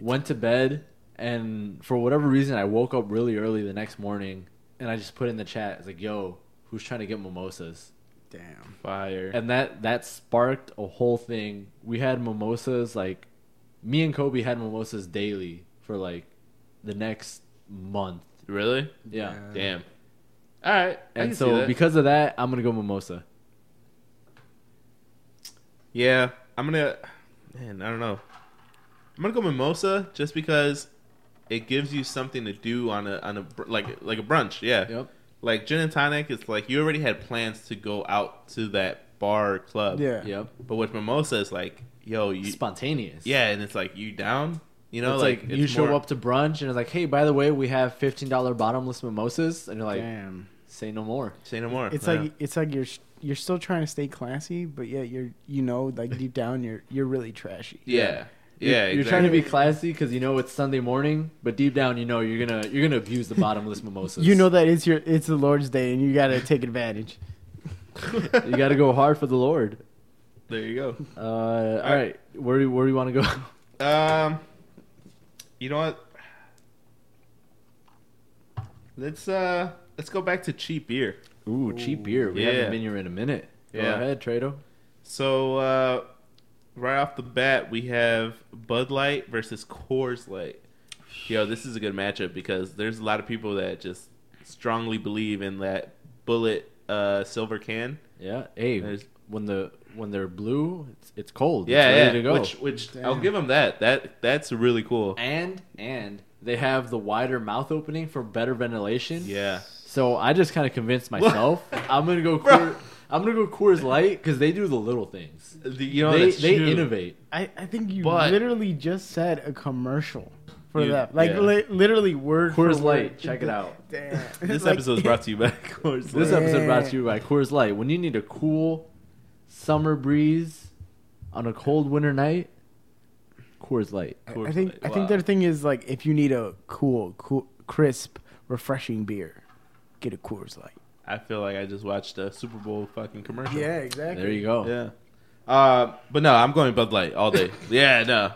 S2: Went to bed, and for whatever reason, I woke up really early the next morning, and I just put in the chat. It's like, "Yo, who's trying to get mimosas?"
S3: Damn.
S1: Fire.
S2: And that that sparked a whole thing. We had mimosas like me and Kobe had mimosas daily for like the next month.
S1: really?
S2: Yeah.
S1: Damn. All right. I can
S2: And
S1: see
S2: so
S1: that.
S2: because of that, I'm gonna go mimosa.
S1: Yeah, I'm gonna. Man, I don't know. I'm gonna go mimosa just because it gives you something to do on a on a br- like like a brunch. Yeah.
S2: Yep.
S1: Like gin and tonic, it's like you already had plans to go out to that bar or club.
S3: Yeah.
S2: Yep.
S1: But with mimosa, it's like, yo, you.
S2: Spontaneous.
S1: yeah, and it's like you down. You know,
S2: it's
S1: like,
S2: like,
S1: it's
S2: you show
S1: more-
S2: up to brunch and it's like, hey, by the way, we have fifteen dollar bottomless mimosas, and you're like,
S3: Damn.
S2: say no more.
S1: Say no more.
S3: It's
S1: Yeah.
S3: like it's like you're you're still trying to stay classy, but yet you're you know like deep down you're you're really trashy.
S1: Yeah. Yeah.
S2: You're,
S1: exactly.
S2: you're trying to be classy because you know it's Sunday morning, but deep down you know you're gonna you're gonna abuse the bottomless mimosas.
S3: You know that it's your it's the Lord's day and you gotta take advantage.
S2: you got to go hard for the Lord.
S1: there you go.
S2: Uh, all right, where do where do you want to go?
S1: Um, you know what? Let's uh let's go back to cheap beer.
S2: Ooh, cheap beer. We
S1: Yeah.
S2: haven't been here in a minute.
S1: Yeah.
S2: Go ahead, Trado.
S1: So uh right off the bat we have Bud Light versus Coors Light. Yo, this is a good matchup because there's a lot of people that just strongly believe in that bullet uh silver can.
S2: Yeah. Hey,
S1: There's-
S2: when the when they're blue, it's, it's cold.
S1: Yeah,
S2: it's
S1: yeah.
S2: ready to go.
S1: Which which I'll
S3: Damn.
S1: give them that. That that's really cool.
S2: and and they have the wider mouth opening for better ventilation.
S1: Yeah.
S2: So I just kind of convinced myself I'm gonna go.
S1: Bro.
S2: Coor, I'm gonna go Coors Light because they do the little things.
S1: The- you know
S2: they
S1: that's
S2: they
S1: true.
S2: innovate.
S3: I, I think you
S1: But-
S3: literally just said a commercial for
S1: You-
S3: that. Like
S1: yeah.
S3: li- literally word
S2: Coors
S3: for
S2: Light,
S3: word.
S2: check it out.
S3: Damn.
S1: This
S3: Like-
S1: episode is brought to you by Coors
S2: This
S1: Light.
S2: episode brought to you by Coors Light. When you need a cool summer breeze on a cold winter night, Coors Light.
S3: I- I
S1: Coors
S3: think
S1: Light.
S3: I
S1: Wow.
S3: think their thing is like if you need a cool, cool, crisp, refreshing beer, get a Coors Light.
S1: I feel like I just watched a Super Bowl fucking commercial.
S3: exactly.
S2: There you go.
S1: Yeah. Uh, but no, I'm going Bud Light all day. yeah, no.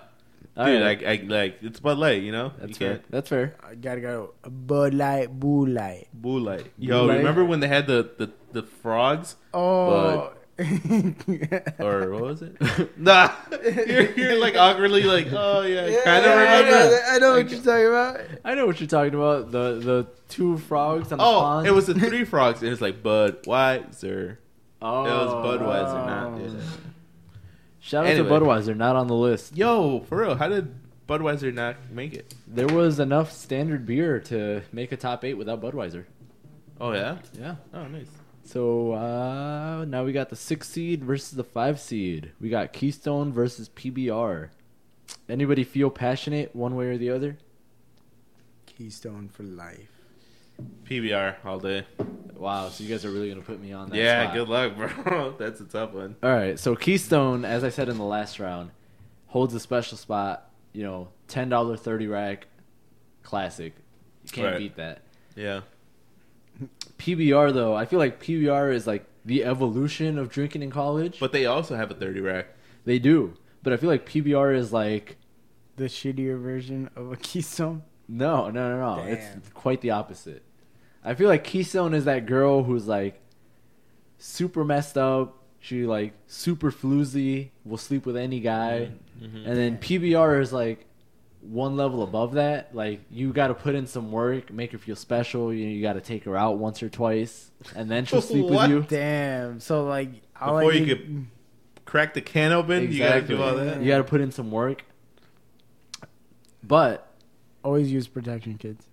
S2: All
S1: Dude,
S2: right.
S1: I, I, like, it's Bud Light, you know?
S2: That's
S1: you
S2: fair. That's fair.
S3: I gotta go a Bud Light, Boo Light.
S1: Boo Light. Yo,
S2: Light.
S1: remember when they had the, the, the frogs?
S3: Oh.
S1: Or what was it? nah. You're, you're like awkwardly like, oh, yeah, I kind of
S3: I
S1: remember.
S3: know, I know what you're talking about.
S2: I know what you're talking about. The the two frogs on the
S1: Oh,
S2: pond.
S1: it was the three frogs, and it's like Budweiser.
S2: oh,
S1: It was Budweiser, not.
S3: Oh.
S1: yeah.
S2: Shout out
S1: Anyway.
S2: to Budweiser, not on the list.
S1: Yo, for real, how did Budweiser not make it?
S2: There was enough standard beer to make a top eight without Budweiser.
S1: Oh, yeah?
S2: Yeah.
S1: Oh, nice.
S2: So uh, now we got the six seed versus the five seed. We got Keystone versus PBR. Anybody feel passionate one way or the other?
S3: Keystone for life.
S1: PBR all day.
S2: Wow, so you guys are really gonna put me on that.
S1: yeah,
S2: spot.
S1: good luck, bro. That's a tough one.
S2: All right, so Keystone, as I said in the last round, holds a special spot. You know, ten dollar thirty rack, classic. You can't
S1: Right.
S2: beat that.
S1: Yeah.
S2: PBR though, I feel like PBR is like the evolution of drinking in college.
S1: But they also have a 30 rack.
S2: they do, but I feel like PBR is like
S3: The shittier version of a Keystone.
S2: no, no, no, no.
S3: Damn.
S2: It's quite the opposite. I feel like Keystone is that girl who's like super messed up. She like super floozy, will sleep with any guy.
S1: Mm-hmm.
S2: And then PBR is like one level above that. Like you got to put in some work, make her feel special. You you got to take her out once or twice, and then she'll sleep with
S1: What?
S2: you.
S3: Damn. So like all
S1: Before
S3: I
S1: you
S3: need-
S1: could crack the can open, you gotta do all that.
S2: You gotta put in some work. But
S3: always use protection, kids.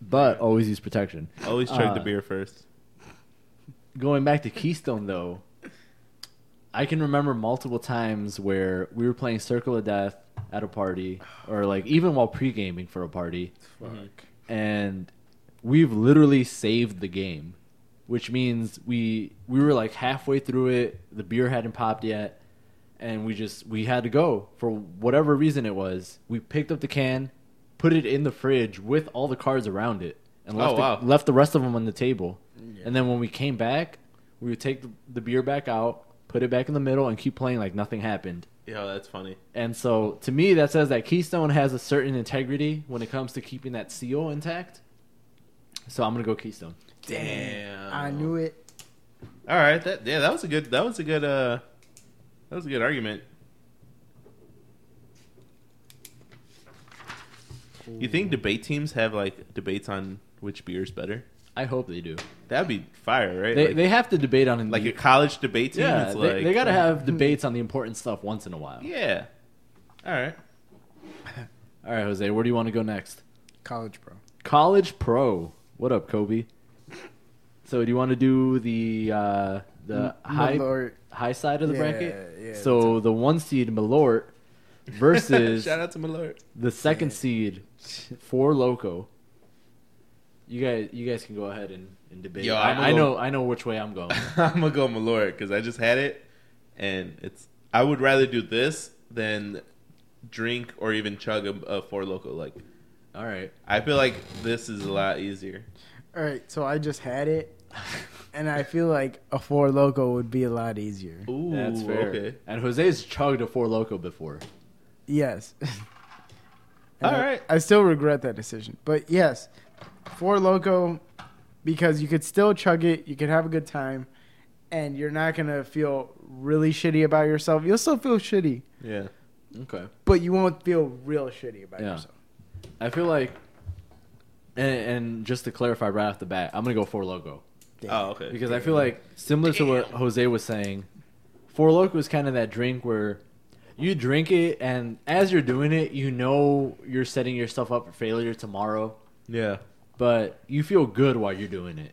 S2: but always use protection.
S1: Always chug the
S2: Uh,
S1: beer first.
S2: Going back to Keystone though, I can remember multiple times where we were playing Circle of Death at a party, or like even while pre gaming for a party,
S3: Fuck.
S2: and we've literally saved the game, which means we we were like halfway through it. The beer hadn't popped yet, and we just we had to go for whatever reason it was. We picked up the can, put it in the fridge with all the cards around it, and left
S1: Oh,
S2: the,
S1: wow.
S2: left the rest of them on the table. And then when we came back, we would take the, the beer back out, put it back in the middle, and keep playing like nothing happened.
S1: Yeah, that's funny.
S2: And so to me, that says that Keystone has a certain integrity when it comes to keeping that seal intact. So I'm gonna go Keystone.
S1: Damn.
S3: I knew it.
S1: All right, that yeah, that was a good that was a good uh that was a good argument. You think debate teams have like debates on which beer's better?
S2: I hope they do.
S1: That'd be fire, right?
S2: They,
S1: like,
S2: they have to debate on
S1: like
S2: the,
S1: a college debate team.
S2: yeah.
S1: it's
S2: they,
S1: like,
S2: they gotta have debates on the important stuff once in a while.
S1: Yeah. All right.
S2: All right, Jose, where do you want to go next?
S3: College, bro.
S2: College pro. What up, Kobe? So do you want to do the uh, the high
S3: Malort.
S2: high side of the
S3: Yeah,
S2: bracket?
S3: yeah,
S2: so the one seed Malort versus
S1: Shout out to Malort.
S2: the second seed for loco you guys you guys can go ahead and, and debate
S1: Yo, I'm a
S2: I, I
S1: little-
S2: know i know which way i'm going
S1: I'm gonna go Malort because I just had it, and it's. I would rather do this than drink or even chug a, a four loco. Like
S2: all right
S1: I feel like this is a lot easier.
S3: All right, so I just had it, and I feel like a four loco would be a lot easier.
S1: Ooh,
S2: that's fair
S1: okay.
S2: and jose's chugged a four loco before
S3: Yes. And
S1: All
S3: I-
S1: right.
S3: I still regret that decision, but yes, four loco, because you could still chug it, you could have a good time, and you're not gonna feel really shitty about yourself. You'll still feel shitty,
S1: Yeah.
S2: okay
S3: but you won't feel real shitty about
S2: Yeah.
S3: yourself.
S2: i feel like and, and just to clarify right off the bat i'm gonna go four loco
S1: Oh, okay.
S2: because i feel like similar to what jose was saying four loco is kind of that drink where you drink it and as you're doing it you know you're setting yourself up for failure tomorrow
S1: yeah.
S2: but you feel good while you're doing it.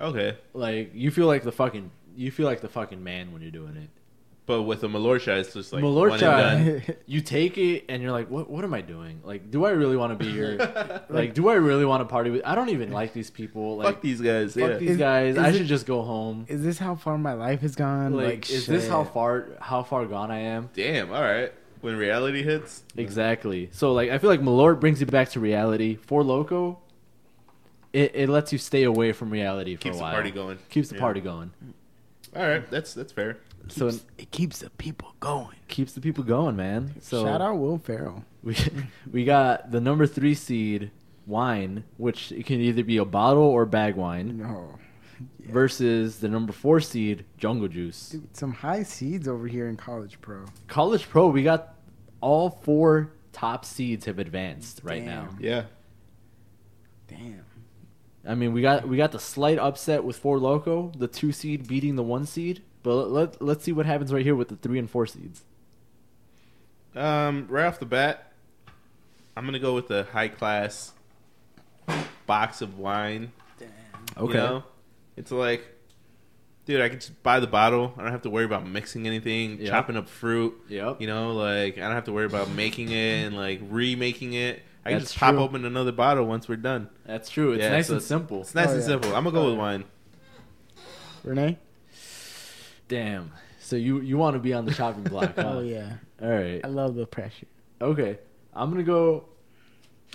S1: Okay,
S2: Like you feel like the fucking you feel like the fucking man when you're doing it.
S1: but with a Malort shot, it's just like
S2: Malort
S1: one and
S2: shot.
S1: done.
S2: You take it and you're like, what What am I doing? Like, do I really want to be here? like, do I really want to party with? I don't even like these people. Like,
S1: Fuck these guys.
S2: fuck
S1: yeah.
S2: these
S3: Is-
S2: guys.
S3: is
S2: I
S3: it-
S2: should just go home.
S3: Is this how far my life has gone?
S2: Like,
S3: Like,
S2: is this how
S3: shit.
S2: far how far gone I am?
S1: Damn. All right. When reality hits,
S2: Exactly. So like, I feel like Malort brings you back to reality. For Loco, it, it lets you stay away from reality for
S1: Keeps
S2: a
S1: the
S2: while.
S1: party going.
S2: Keeps the
S1: Yeah.
S2: party going.
S1: all right. That's that's fair.
S2: So
S3: Keeps- it keeps the people going?
S2: keeps the people going, man. So
S3: Shout out Will Ferrell.
S2: We we got the number three seed wine, which it can either be a bottle or bag wine,
S3: No. Yeah.
S2: versus the number four seed jungle juice.
S3: Dude, some high seeds over here in college, pro.
S2: College pro, we got all four top seeds have advanced right now.
S3: Damn.
S1: Yeah.
S3: Damn.
S2: I mean, we got we got the slight upset with four loco, the two seed beating the one seed. But let, let us see what happens right here with the three and four seeds.
S1: Um, right off the bat, I'm gonna go with a high class box of wine.
S3: Damn.
S1: You know? It's like dude, I could just buy the bottle. I don't have to worry about mixing anything,
S2: Yeah.
S1: chopping up fruit.
S2: Yep.
S1: You know, like I don't have to worry about making it and like remaking it. I can
S2: That's
S1: just pop
S2: true.
S1: open another bottle once we're done.
S2: That's true. It's
S1: Yeah,
S2: nice
S1: so
S2: and simple.
S1: It's nice
S3: Oh,
S1: and
S3: yeah.
S1: simple. I'm gonna go
S3: Oh,
S1: with
S3: yeah.
S1: wine.
S3: Renee?
S2: Damn. So you you want to be on the chopping block? Huh?
S3: Oh yeah,
S2: All right.
S3: I love the pressure.
S2: Okay. I'm gonna go.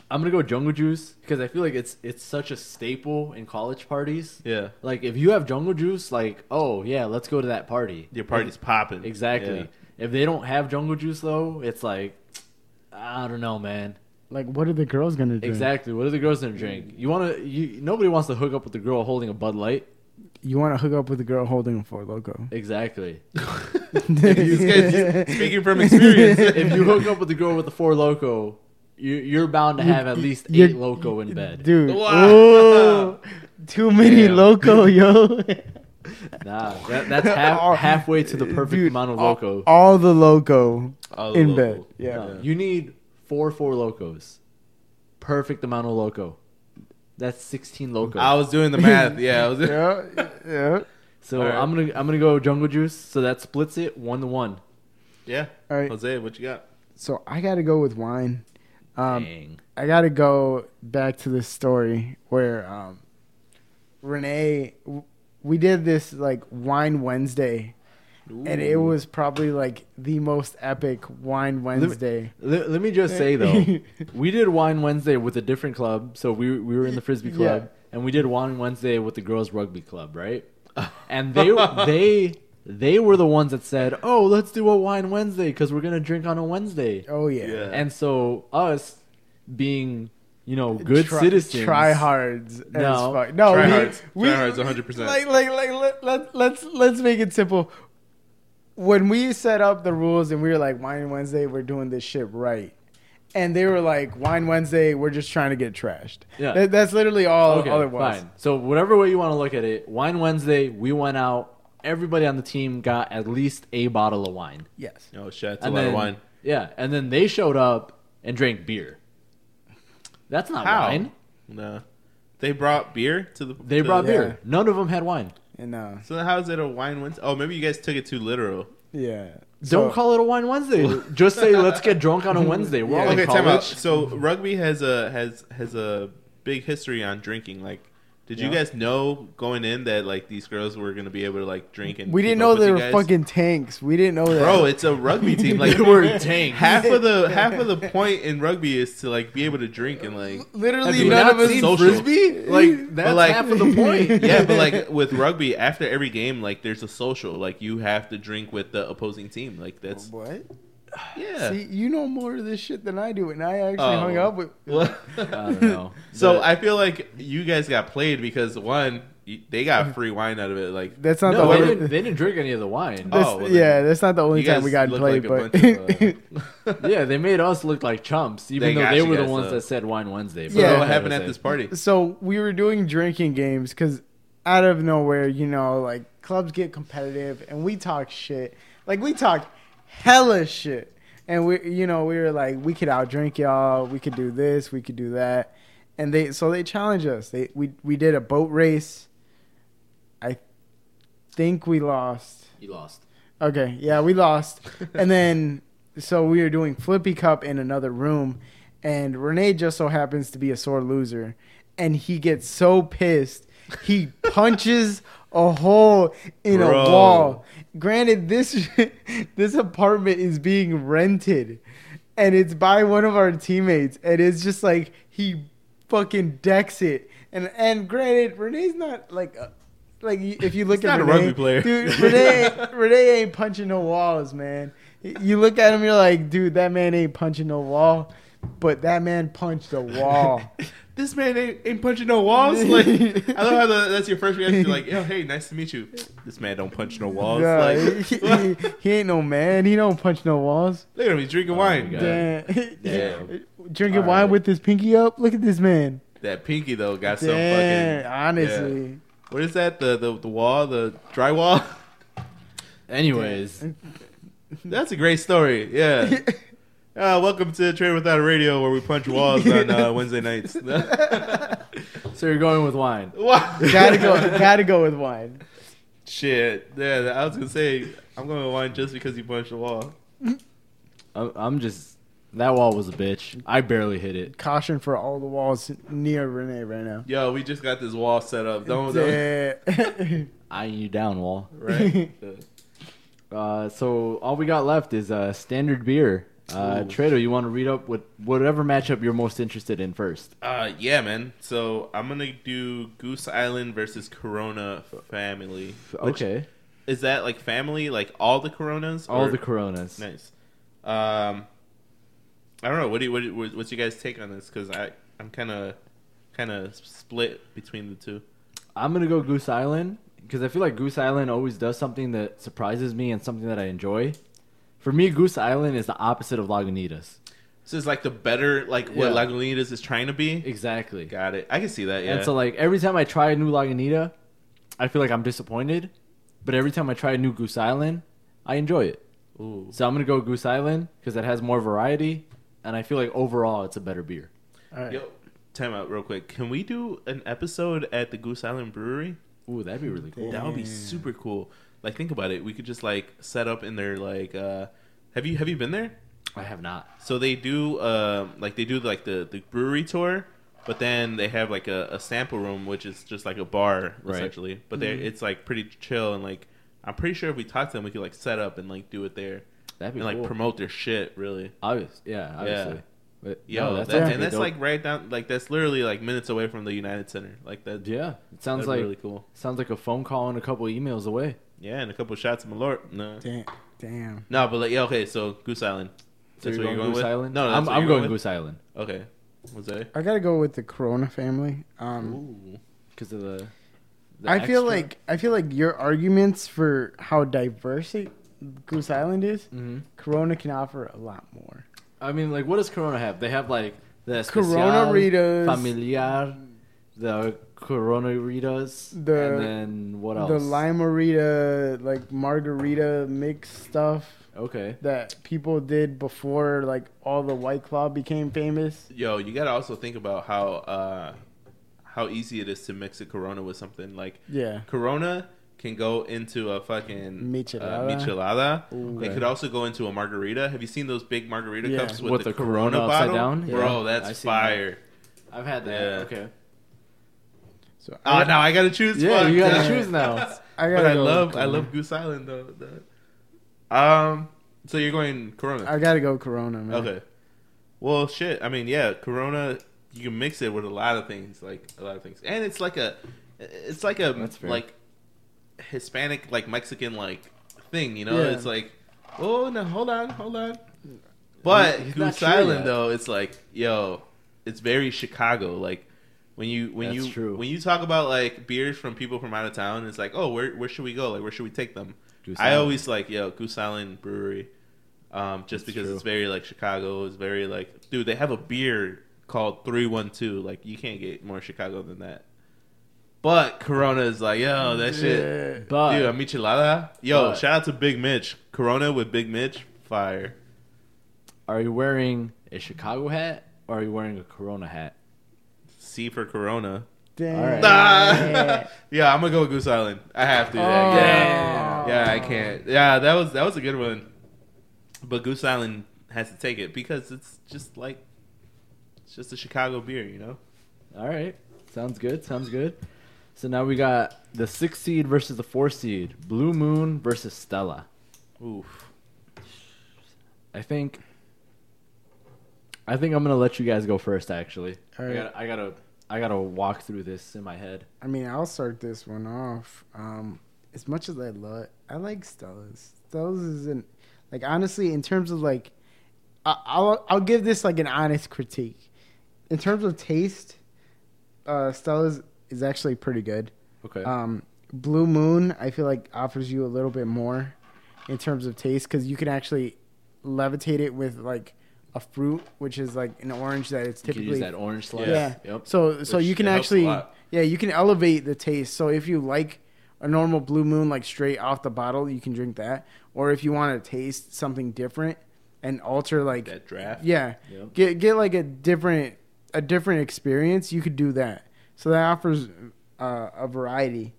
S2: I'm gonna go jungle juice because I feel like it's it's such a staple in college parties.
S1: Yeah,
S2: Like if you have jungle juice, like oh yeah, let's go to that party.
S1: your party's popping.
S2: Exactly. If they don't have jungle juice though, it's like I don't know, man.
S3: Like, what are the girls gonna do?
S2: Exactly. What are the girls gonna drink? You wanna you nobody wants to hook up with the girl holding a Bud Light.
S3: You want to hook up with a girl holding a Four Loco?
S2: Exactly.
S1: Yeah. These guys- these- speaking from experience.
S2: if you hook up with the girl with the four loco, you, you're bound to have at least
S3: You're-
S2: eight loco in bed.
S3: dude.
S1: Wow.
S3: Ooh, too many
S2: Damn.
S3: Loco, yo.
S2: Nah, that, that's half, halfway to the perfect
S3: eh, Dude,
S2: amount of
S3: all-
S2: loco.
S3: All, the Loco
S1: All
S3: in
S2: Oh.
S1: local.
S3: bed. Yeah.
S2: No, you need four four locos. Perfect amount of loco. That's sixteen loco.
S1: I was doing the math. Yeah, I was
S3: yeah, yeah.
S2: so
S1: All right.
S2: I'm gonna I'm gonna go jungle juice. So that splits it one to one.
S1: yeah.
S3: All right.
S1: Jose, what you got?
S3: So I got to go with wine. Um,
S2: Dang.
S3: I gotta go back to this story where um, Renee, w- we did this like Wine Wednesday, and it was probably like the most epic Wine Wednesday.
S2: Let, let me just say though, we did Wine Wednesday with a different club. So we we were in the frisbee club,
S3: Yeah.
S2: and we did Wine Wednesday with the girls rugby club, right? And they they they were the ones that said, "Oh, let's do a Wine Wednesday because we're gonna drink on a Wednesday."
S3: Oh yeah,
S1: Yeah.
S2: And so us being you know good
S3: Try-
S2: citizens,
S3: tryhards. as
S2: No.
S3: fuck. no,
S1: Tryhards.
S3: we,
S1: Tryhards,
S3: we-
S1: 100%.
S3: Like, like, like, let, let, let's let's make it simple. When we set up the rules and we were like Wine Wednesday, we're doing this shit right. And they were like, Wine Wednesday, we're just trying to get trashed.
S2: Yeah.
S3: That- that's literally all,
S2: Okay,
S3: all it was.
S2: fine. So whatever way you want to look at it, Wine Wednesday, we went out. Everybody on the team got at least a bottle of wine.
S3: Yes.
S1: Oh shit, that's a
S2: and
S1: lot
S2: then,
S1: of wine.
S2: Yeah, and then they showed up and drank beer. That's not
S1: How?
S2: wine.
S1: No, they brought beer to the.
S2: They
S1: to-
S2: brought
S3: Yeah.
S2: beer. None of them had wine.
S3: And uh,
S1: So how is it a wine Wednesday? Oh, maybe you guys took it too literal.
S3: yeah.
S2: Don't call it a wine Wednesday. Just say let's get drunk on a Wednesday. We're all in
S1: okay, time out.
S2: college.
S1: So rugby has a has has a big history on drinking. Like, did you
S3: Yeah.
S1: guys know going in that like these girls were gonna be able to like drink and
S3: We
S1: keep
S3: didn't
S1: up
S3: know
S1: with
S3: they
S1: you
S3: were
S1: guys?
S3: fucking tanks. We didn't know that.
S1: Bro, it's a rugby team. Like
S2: They were tanks.
S1: Half of the half of the point in rugby is to like be able to drink and like
S2: Have
S3: literally
S2: you
S3: none
S2: not
S3: of us
S2: seen
S1: social.
S2: frisbee? Like that's
S1: like-
S2: half of the point.
S1: yeah, but like with rugby, after every game, like there's a social. Like you have to drink with the opposing team. Like that's
S3: What?
S1: yeah.
S3: Oh, See, you know more of this shit than I do, and I actually
S1: Oh.
S3: hung up with.
S2: I don't know.
S1: so
S2: But-
S1: I feel like you guys got played because one, you- they got free wine out of it. Like
S3: That's not
S2: no,
S3: the
S2: they
S3: only.
S2: didn't, they didn't drink any of the wine.
S1: Oh.
S3: that's-
S1: well, then
S3: yeah, that's not the only
S1: you guys
S3: time we got
S1: look
S3: played,
S1: like
S3: but
S1: a bunch of. Uh,
S2: Yeah, they made us look like chumps, even
S1: They
S2: though
S1: got
S2: they
S1: you
S2: were the
S1: guys,
S2: ones
S1: though.
S2: that said wine Wednesday.
S1: So
S3: Yeah.
S1: what happened at this party?
S3: so we were doing drinking games because out of nowhere, you know, like clubs get competitive and we talk shit. Like we talk hella shit. And we, you know, we were like, we could outdrink y'all. We could do this. We could do that. And they, so they challenged us. They, we, we did a boat race. I think we lost.
S2: You lost.
S3: Okay, yeah, we lost. and then so we were doing Flippy Cup in another room and Renee just so happens to be a sore loser and he gets so pissed he punches a hole in
S1: Bro.
S3: a wall. Granted this this apartment is being rented and it's by one of our teammates and it's just like he fucking decks it. And and granted Renee's not like a, like if you look
S1: He's
S3: at
S1: not a
S3: Renee,
S1: rugby player.
S3: dude. Renee, Renee ain't punching no walls, man. You look at him, you're like, dude, that man ain't punching no wall, but that man punched a wall.
S1: This man ain't, ain't punching no walls. Like I love how the, that's your first reaction. You're like, yo, hey, nice to meet you. This man don't punch no walls.
S3: Yeah,
S1: like
S3: he, he- he ain't no man. He don't punch no walls.
S1: look at him, he's drinking
S2: Oh my
S1: wine.
S2: God.
S3: Damn.
S2: Damn.
S3: Drinking
S2: All
S3: wine
S2: right.
S3: with his pinky up. Look at this man.
S1: That pinky though got some
S3: Damn.
S1: fucking.
S3: honestly,
S1: What is that? The the, the wall, the drywall.
S2: Anyways,
S1: That's a great story. Yeah. Uh, welcome to Trade Without a Radio, where we punch walls on uh, Wednesday nights.
S2: so you're going with wine.
S1: Wow.
S3: gotta go. Gotta go with wine.
S1: Shit. Yeah, I was gonna say I'm gonna whine just because you punched the wall.
S2: I'm, I'm just that wall was a bitch. I barely hit it.
S3: Caution for all the walls near Renee right now.
S1: Yo, we just got this wall set up. Don't, don't
S3: Yeah.
S2: Eyeing you down, wall.
S1: right.
S2: Uh, so all we got left is uh, standard beer. Uh,
S1: Ooh.
S2: Trado, you want to read up what whatever matchup you're most interested in first?
S1: Uh, yeah, man. So I'm gonna do Goose Island versus Corona Family. Which-
S2: Okay,
S1: Is that like family, like all the Coronas?
S2: all
S1: or-
S2: the Coronas.
S1: Nice. Um, I don't know. What do you, what, do you- what's your guys' take on this? Because I I'm kind of kind of split between the two.
S2: I'm gonna go Goose Island because I feel like Goose Island always does something that surprises me and something that I enjoy. For me, Goose Island is the opposite of Lagunitas.
S1: This is like the better, like what
S2: Yeah.
S1: Lagunitas is trying to be.
S2: Exactly.
S1: Got it. I can see that. Yeah.
S2: And so, like every time I try a new Lagunita, I feel like I'm disappointed. But every time I try a new Goose Island, I enjoy it.
S1: Ooh.
S2: So I'm gonna go Goose Island because it has more variety, and I feel like overall it's a better beer.
S3: all right.
S1: Yo, time out real quick. Can we do an episode at the Goose Island Brewery?
S2: Ooh, that'd be really cool.
S1: That would be
S3: Yeah.
S1: super cool. Like, think about it. We could just like set up in their like. uh Have you have you been there?
S2: I have not.
S1: So they do uh, like they do like the the brewery tour, but then they have like a, a sample room, which is just like a bar
S2: Right.
S1: essentially. But they it's like pretty chill and like I'm pretty sure if we talk to them, we could like set up and like do it there
S2: That'd be
S1: and like
S2: cool.
S1: promote their shit. Really,
S2: Obvious, yeah, obviously. But,
S1: yo,
S2: no,
S1: that's
S2: actually
S1: and that's
S2: dope.
S1: like right down like that's literally like minutes away from the United Center. Like that
S2: yeah, it
S1: that'd
S2: sounds
S1: be
S2: like
S1: really cool.
S2: sounds like a phone call and a couple emails away.
S1: Yeah, and a couple shots of Malort. No,
S3: Damn. Damn.
S1: no, but like yeah, okay. So Goose Island.
S2: So
S1: That's
S2: you're
S1: what you're
S2: going
S1: going
S2: Goose
S1: with?
S2: Island?
S1: No, that's
S2: I'm,
S1: what
S2: I'm
S1: you're
S2: going,
S1: going with?
S2: Goose Island
S1: Okay, Jose.
S3: I gotta go with the Corona family. Um,
S1: Ooh.
S2: because of the. the
S3: I feel
S2: extra-
S3: like I feel like your arguments for how diverse it, Goose Island is,
S2: Mhm.
S3: Corona can offer a lot more.
S2: I mean, like, what does Corona have? They have like the
S3: Corona
S2: Especial,
S3: Ritas.
S2: familiar, the Corona Ritas,
S3: The-
S2: and then what else?
S3: The limerita, like margarita mix stuff
S2: Okay,
S3: that people did before, like all the White Claw became famous.
S1: Yo, you gotta also think about how uh how easy it is to mix a Corona with something like
S3: Yeah,
S1: Corona can go into a fucking
S3: Michelada.
S1: Uh, michelada.
S3: Ooh.
S1: It could also go into a margarita. Have you seen those big margarita
S3: Yeah.
S1: cups with,
S2: With
S1: the,
S2: the
S1: Corona,
S2: Corona upside
S1: bottle?
S2: down?
S1: Bro,
S2: Yeah. I've
S1: that's
S2: seen that.
S1: fire.
S2: I've had that.
S1: Yeah.
S2: Okay,
S3: so
S1: Oh,
S3: I,
S1: now I gotta choose.
S2: yeah,
S1: Fuck.
S2: you gotta
S3: yeah.
S2: choose now.
S3: I
S1: but
S3: gotta
S1: I
S3: go with
S1: love I
S3: Corona.
S1: love Goose Island though. though. Um, so you're going Corona?
S3: I gotta go Corona, man.
S1: Okay. Well, shit. I mean, yeah, Corona. You can mix it with a lot of things, like a lot of things, and it's like a, it's like a
S2: That's fair.
S1: like Hispanic, like Mexican, like thing. You know,
S3: Yeah.
S1: it's like, oh no, hold on, hold on. But
S2: He's not
S1: Goose
S2: sure
S1: Island,
S2: yet.
S1: though, it's like, yo, it's very Chicago. Like when you when
S2: That's
S1: you
S2: true.
S1: when you talk about like beers from people from out of town, it's like, oh, where where should we go? Like where should we take them?
S2: Goose
S1: I
S2: Island.
S1: always like yo Goose Island Brewery, um, just
S2: That's
S1: because
S2: true.
S1: it's very like Chicago. It's very like dude, they have a beer called Three One Two. Like you can't get more Chicago than that. But Corona is like yo that shit,
S3: Yeah.
S2: But
S1: dude. A michelada, yo
S2: But-
S1: shout out to Big Mitch. Corona with Big Mitch, fire.
S2: are you wearing a Chicago hat or are you wearing a Corona hat?
S1: C for Corona.
S3: Damn.
S2: All right.
S1: Ah! yeah, I'm gonna go with Goose Island. I have to.
S3: Oh.
S1: Yeah, yeah, yeah, I can't. Yeah, that was that was a good one. But Goose Island has to take it because it's just like it's just a Chicago beer, you know.
S2: All right, sounds good. Sounds good. So now we got the six seed versus the four seed. Blue Moon versus Stella.
S1: Oof.
S2: I think. I think I'm gonna let you guys go first. Actually,
S3: All
S2: I
S3: right.
S2: gotta, I gotta, I gotta walk through this in my head.
S3: I mean, I'll start this one off. Um, as much as I love, I like Stella's. Stella's isn't like honestly in terms of like, I, I'll I'll give this like an honest critique. In terms of taste, uh, Stella's is actually pretty good.
S2: Okay.
S3: Um, Blue Moon, I feel like offers you a little bit more in terms of taste because you can actually levitate it with like a fruit, which is like an orange that it's
S2: you
S3: typically
S2: could use that orange slice.
S3: yeah.
S2: Yep.
S3: So so
S1: Which
S3: you can
S1: it helps a
S3: actually
S1: lot.
S3: yeah you can elevate the taste. So if you like a normal Blue Moon like straight off the bottle, you can drink that. Or if you want to taste something different and alter like
S1: That draft.
S3: yeah
S2: Yep.
S3: get get like a different a different experience, you could do that. So that offers uh, a variety.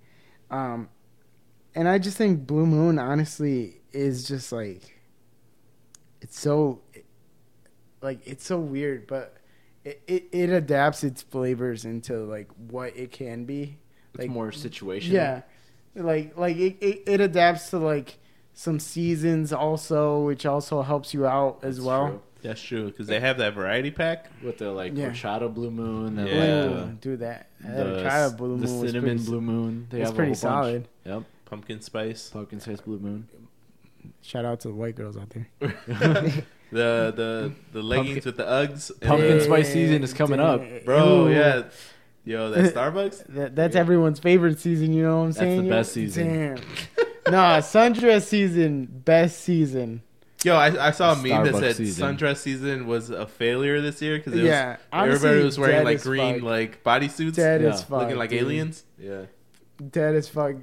S3: Um, and I just think Blue Moon honestly is just like it's so like it's so weird, but it it, it adapts its flavors into like what it can be.
S2: It's
S3: Like
S2: more situational.
S3: yeah, like like it, it it adapts to like some seasons also, which also helps you out as
S2: That's
S3: well.
S2: true.
S1: That's true because they have that variety pack.
S2: With the like
S3: Yeah.
S2: horchata blue moon, and
S1: Yeah.
S2: like,
S3: Ooh, do that. I
S2: the,
S3: haven't
S2: the,
S3: tried a blue
S2: the
S3: moon. was
S2: cinnamon
S3: pretty-
S2: blue moon. They
S3: it's
S2: have
S3: pretty
S2: a whole bunch.
S3: solid.
S2: Yep,
S1: Pumpkin spice.
S2: pumpkin spice blue moon.
S3: Shout out to the white girls out there.
S1: the the the leggings with the Uggs. and
S2: Pumpkin
S1: the-
S2: spice season is coming up.
S1: Bro,
S3: Ooh.
S1: yeah. Yo, that Starbucks.
S3: That, that's
S2: Yeah.
S3: everyone's favorite season, you know what I'm
S2: That's the
S3: saying?
S2: best season.
S3: Damn. nah, sundress season, best season.
S1: Yo, I, I saw a meme
S2: Starbucks
S1: that said
S2: season.
S1: sundress season was a failure this year because
S3: Yeah, honestly,
S1: everybody was wearing
S3: dead
S1: like
S3: as
S1: green
S3: fuck.
S1: like bodysuits,
S3: Dead
S2: Yeah.
S3: as fuck.
S1: looking like
S3: dude.
S1: aliens. Yeah,
S3: Dead as fuck.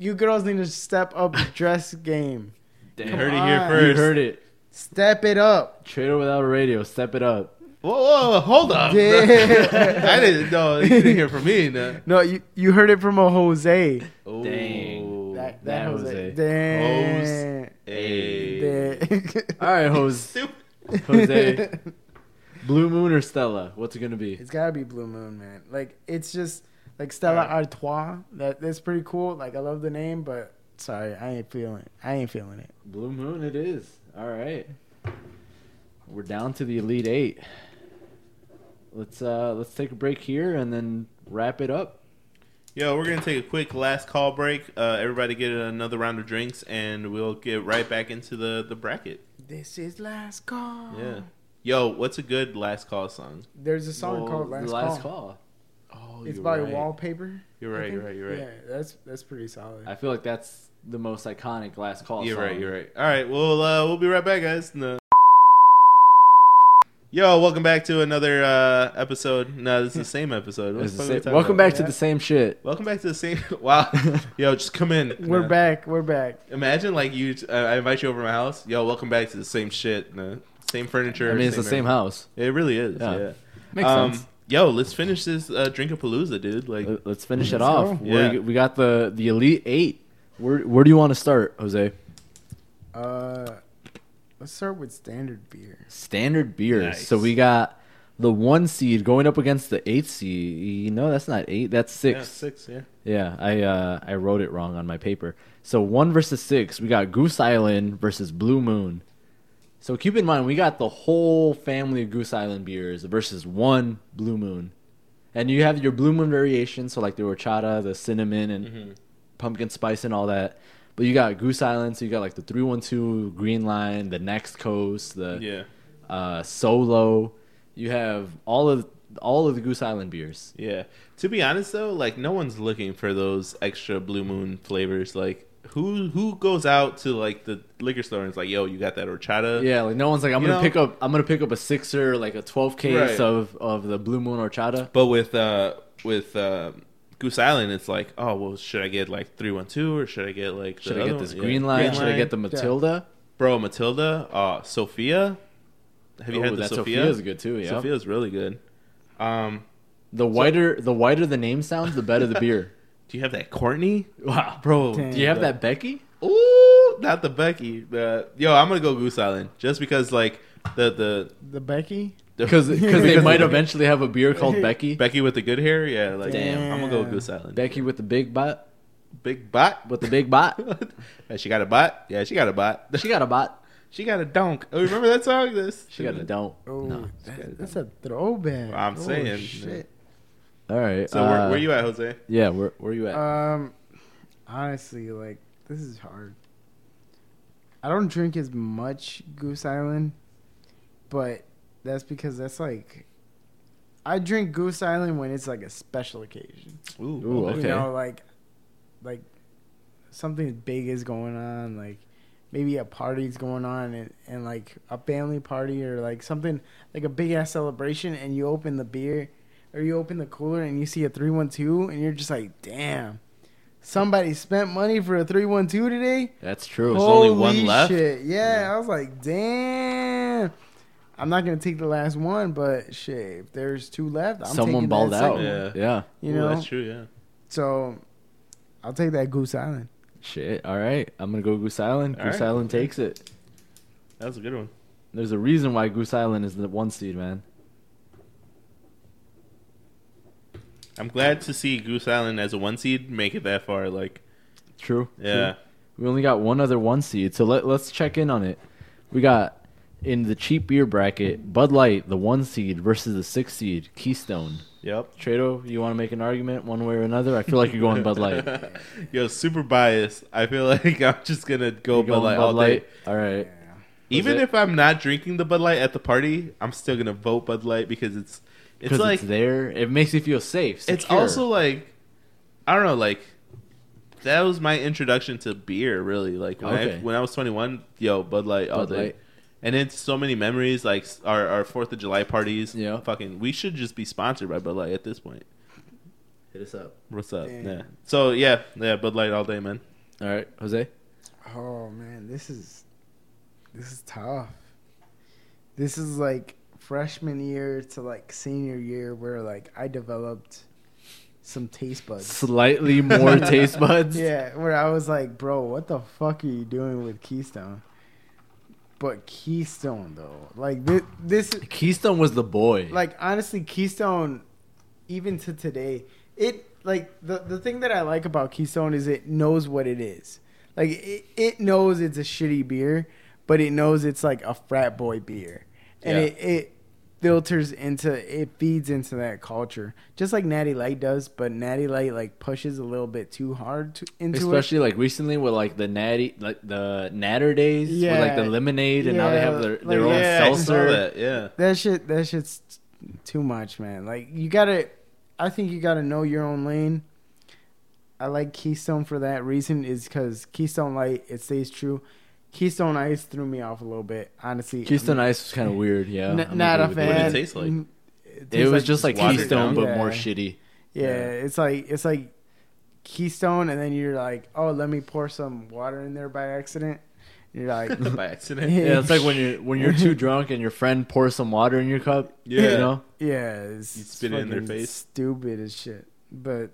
S3: You girls need to step up dress game.
S1: you
S2: Damn.
S1: heard
S3: on.
S1: it here first.
S2: You heard it.
S3: Step it up.
S2: Trader without a radio. Step it up.
S1: Whoa, whoa, whoa, hold up!
S3: Yeah.
S1: I didn't know you didn't hear from me. No.
S3: No, you, you heard it from a Jose.
S1: Ooh.
S2: Dang.
S3: That, that,
S2: That
S3: Jose.
S2: Jose.
S3: Damn.
S1: Hey.
S3: Damn.
S2: All right, Jose.
S1: Stupid.
S2: Jose. Blue moon or Stella? What's it gonna be?
S3: It's gotta be Blue Moon, man. Like it's just like Stella
S1: Alright.
S3: Artois. That that's pretty cool. Like I love the name, but sorry, I ain't feeling. I ain't feeling it.
S2: Blue moon. It is. All right. We're down to the elite eight. Let's uh let's take a break here and then wrap it up.
S1: Yo, we're gonna take a quick last call break. Uh, everybody get another round of drinks, and we'll get right back into the the bracket.
S3: This is last call.
S1: Yeah. Yo, what's a good last call song?
S3: There's a song
S2: Well,
S3: called
S2: the
S3: Last,
S2: last
S3: Call.
S2: call. Oh,
S3: It's
S2: you're
S3: by
S2: right.
S3: Wallpaper.
S1: You're
S3: I
S1: right.
S3: think.
S1: You're right. You're right.
S3: Yeah, that's that's pretty solid.
S2: I feel like that's the most iconic last call.
S1: You're
S2: song.
S1: right. You're right. All right. Well, uh, we'll be right back, guys. No. Yo, welcome back to another uh, episode. No, this is the same episode. What
S2: It's
S1: the
S2: the
S1: fuck are
S2: same-
S1: we talking
S2: welcome
S1: about?
S2: back to the same shit.
S1: Welcome back to the same. Wow. Yo, just come in.
S3: we're
S1: Nah.
S3: back. We're back.
S1: Imagine like you. Uh, I invite you over to my house. Yo, welcome back to the same shit. Nah. Same furniture.
S2: I mean, it's the same
S1: everything.
S2: house.
S1: It really is.
S2: Yeah.
S1: Yeah.
S2: Makes
S1: Um,
S2: sense. Uh,
S1: Yo, let's finish this uh, Drinkapalooza, dude. Like,
S2: Let- Let's finish it
S3: Let's
S2: off.
S3: go.
S2: We're-
S1: Yeah.
S2: We got the the elite eight. Where where do you want to start, Jose?
S3: Uh, let's start with standard beer.
S2: Standard beers.
S1: Nice.
S2: So we got the one seed going up against the eight seed. No, that's not eight. That's
S1: Yeah,
S2: six.
S1: six. Yeah.
S2: Yeah, I uh, I wrote it wrong on my paper. So one versus six, we got Goose Island versus Blue Moon. So keep in mind, we got the whole family of Goose Island beers versus one Blue Moon, and you have your Blue Moon variation. So like the horchata, the cinnamon, and
S1: Mm-hmm.
S2: pumpkin spice, and all that. But you got Goose Island, so you got like the three one two Green Line, the Next Coast, the
S1: Yeah.
S2: uh, Solo. You have all of all of the Goose Island beers.
S1: Yeah. To be honest though, like no one's looking for those extra blue moon flavors. Like who who goes out to like the liquor store and is like, yo, you got that horchata?
S2: Yeah, like no one's like I'm
S1: You
S2: gonna
S1: know-
S2: pick up I'm gonna pick up a sixer like a twelve case
S1: Right.
S2: of of the Blue Moon Orchada.
S1: But with uh with uh, Goose Island, it's like, oh well, should I get like three one two or should I get like the
S2: Should I
S1: other
S2: get this
S1: one?
S2: green
S1: Yeah.
S2: line? Should I get the
S3: Line, yeah.
S2: Matilda?
S1: bro Matilda? Uh, Sophia. Have you
S2: Oh,
S1: had the
S2: that
S1: Sophia?
S2: Sophia's good too. Yeah,
S1: Sophia's really good. Um,
S2: the whiter the whiter the name sounds, the better the beer.
S1: do you have that Courtney?
S2: wow,
S1: Bro,
S3: Dang.
S2: do you have that Becky?
S1: Ooh, not the Becky. Uh, yo, I'm gonna go Goose Island just because like the the
S3: The Becky.
S2: Because
S1: Because
S2: they
S1: of
S2: might
S1: the-
S2: eventually have a beer called Becky.
S1: Becky with the good hair, yeah. Like,
S2: Damn.
S1: I'm gonna go with Goose Island.
S2: Becky with the big bot
S1: Big bot.
S2: with the big bot.
S1: Hey, she got a bot. Yeah, she got a bot.
S2: She got a bot.
S1: She got a donk. Oh, remember that song? This.
S2: She got a don't.
S3: Oh,
S2: No.
S3: that, that's a throwback.
S1: I'm
S3: Oh,
S1: saying.
S3: shit.
S2: All right.
S1: So where,
S2: uh,
S1: where you at, Jose?
S2: Yeah, where where you at?
S3: Um, honestly, like this is hard. I don't drink as much Goose Island, but that's because that's like I drink Goose Island when it's like a special occasion.
S1: Ooh,
S2: Ooh,
S1: okay.
S2: okay.
S3: You know, like like something big is going on, like maybe a party's going on and, and like a family party or like something like a big ass celebration and you open the beer or you open the cooler and you see a 312 and you're just like, "Damn. Somebody spent money for a 312 today?"
S2: That's true.
S1: Oh. only one left?
S3: Shit. Yeah, I was like, "Damn." I'm not gonna take the last one, but shit, if there's two left, I'm
S2: Someone
S3: taking that
S2: balled out.
S3: second one,
S1: Yeah.
S2: yeah.
S3: You
S1: Ooh,
S3: know,
S1: that's true. Yeah.
S3: so I'll take that Goose Island.
S2: Shit. All right. I'm going to go Goose Island.
S1: All
S2: Goose
S1: right.
S2: Island takes it.
S1: That was a good one.
S2: There's a reason why Goose Island is the one seed, man.
S1: I'm glad to see Goose Island as a one seed make it that far. Like,
S2: True.
S1: yeah,
S2: True. We only got one other one seed, so let, let's check in on it. We got in the cheap beer bracket Bud Light, the one seed, versus the six seed Keystone.
S1: yep.
S2: Trado, you want to make an argument one way or another? I feel like you're going Bud Light. You're
S1: Yo, super biased. I feel like I'm just gonna go Bud
S2: going
S1: Light all day.
S2: All right.
S1: Even
S2: it?
S1: if I'm not drinking the Bud Light at the party, I'm still gonna vote Bud Light because it's it's
S2: Because
S1: like
S2: it's there. It makes you feel safe.
S1: it's
S2: secure.
S1: also like I don't know, like that was my introduction to beer. Really, like when I
S2: Okay.
S1: when I was 21, yo, Bud Light all
S2: Bud
S1: day.
S2: Light.
S1: And it's so many memories, like s- our our Fourth of July parties.
S2: Yeah.
S1: fucking, we should just be sponsored by Bud Light at this point.
S2: Hit us up.
S1: What's up?
S3: Damn.
S1: Yeah. So yeah, yeah, Bud Light all day, man.
S2: All right, Jose.
S3: Oh man, this is this is tough. This is like freshman year to like senior year where like I developed some taste buds.
S2: Slightly more taste buds.
S3: Yeah, where I was like, bro, what the fuck are you doing with Keystone? But Keystone though, like this, this
S2: Keystone was the boy.
S3: like honestly keystone even to today it like the, the thing that i like about keystone is it knows what it is like it, it knows it's a shitty beer but it knows it's like a frat boy beer and
S1: Yeah.
S3: it, it filters into it feeds into that culture just like natty light does but natty light like pushes a little bit too hard to, into it
S2: especially like recently with like the natty like the natter days with like the
S3: Yeah.
S2: lemonade and now they have
S3: Yeah,
S2: their, their
S3: like-
S2: own
S1: yeah, I saw
S2: seltzer
S1: that, Uh, Yeah.
S3: That shit, that shit's t- too much, man. Like you gotta, I think you gotta know your own lane. I like Keystone for that reason, is because Keystone Light it stays true. Keystone Ice threw me off a little bit, honestly.
S2: keystone ice was kind of weird yeah
S3: I'm
S2: I'm
S3: n- not a
S2: agree with
S3: fan.
S2: you.
S1: What did it taste like?
S3: Mm, It,
S2: it
S3: tastes
S2: was just like
S1: watered
S2: keystone
S1: down.
S2: but more
S3: Yeah.
S2: shitty
S3: yeah, it's like it's like Keystone, and then you're like, oh, let me pour some water in there by accident. And you're like,
S1: by accident.
S3: Yeah.
S2: yeah it's like when you're when you're too drunk and your friend pours some water in your cup you
S1: Yeah.
S2: know
S3: Yeah, it's
S1: You spit it in their
S3: fucking
S1: face.
S3: Stupid as shit. But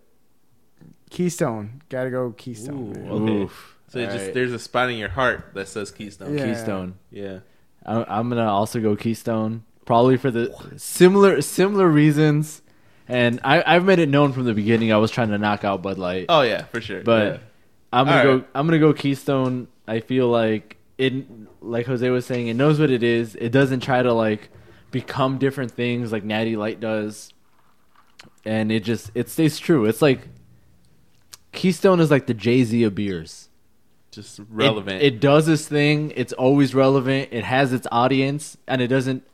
S3: Keystone, gotta go Keystone.
S1: Ooh,
S3: man.
S1: Okay.
S2: Oof.
S1: So it just
S2: Alright.
S1: there's a spot in your heart that says Keystone.
S3: Yeah.
S2: keystone
S1: Yeah.
S2: I- i'm gonna also go keystone probably for the similar similar reasons and I, I've made it known from the beginning I was trying to knock out Bud Light.
S1: Oh yeah, for sure.
S2: But
S1: yeah.
S2: I'm gonna
S1: All
S2: go.
S1: right.
S2: I'm gonna go Keystone. I feel like it, like Jose was saying, it knows what it is. It doesn't try to like become different things like Natty Light does, and it just it stays true. It's like Keystone is like the Jay Z of beers.
S1: just
S2: It-
S1: relevant.
S2: It, does this thing. It's always relevant. It has its audience, and it doesn't.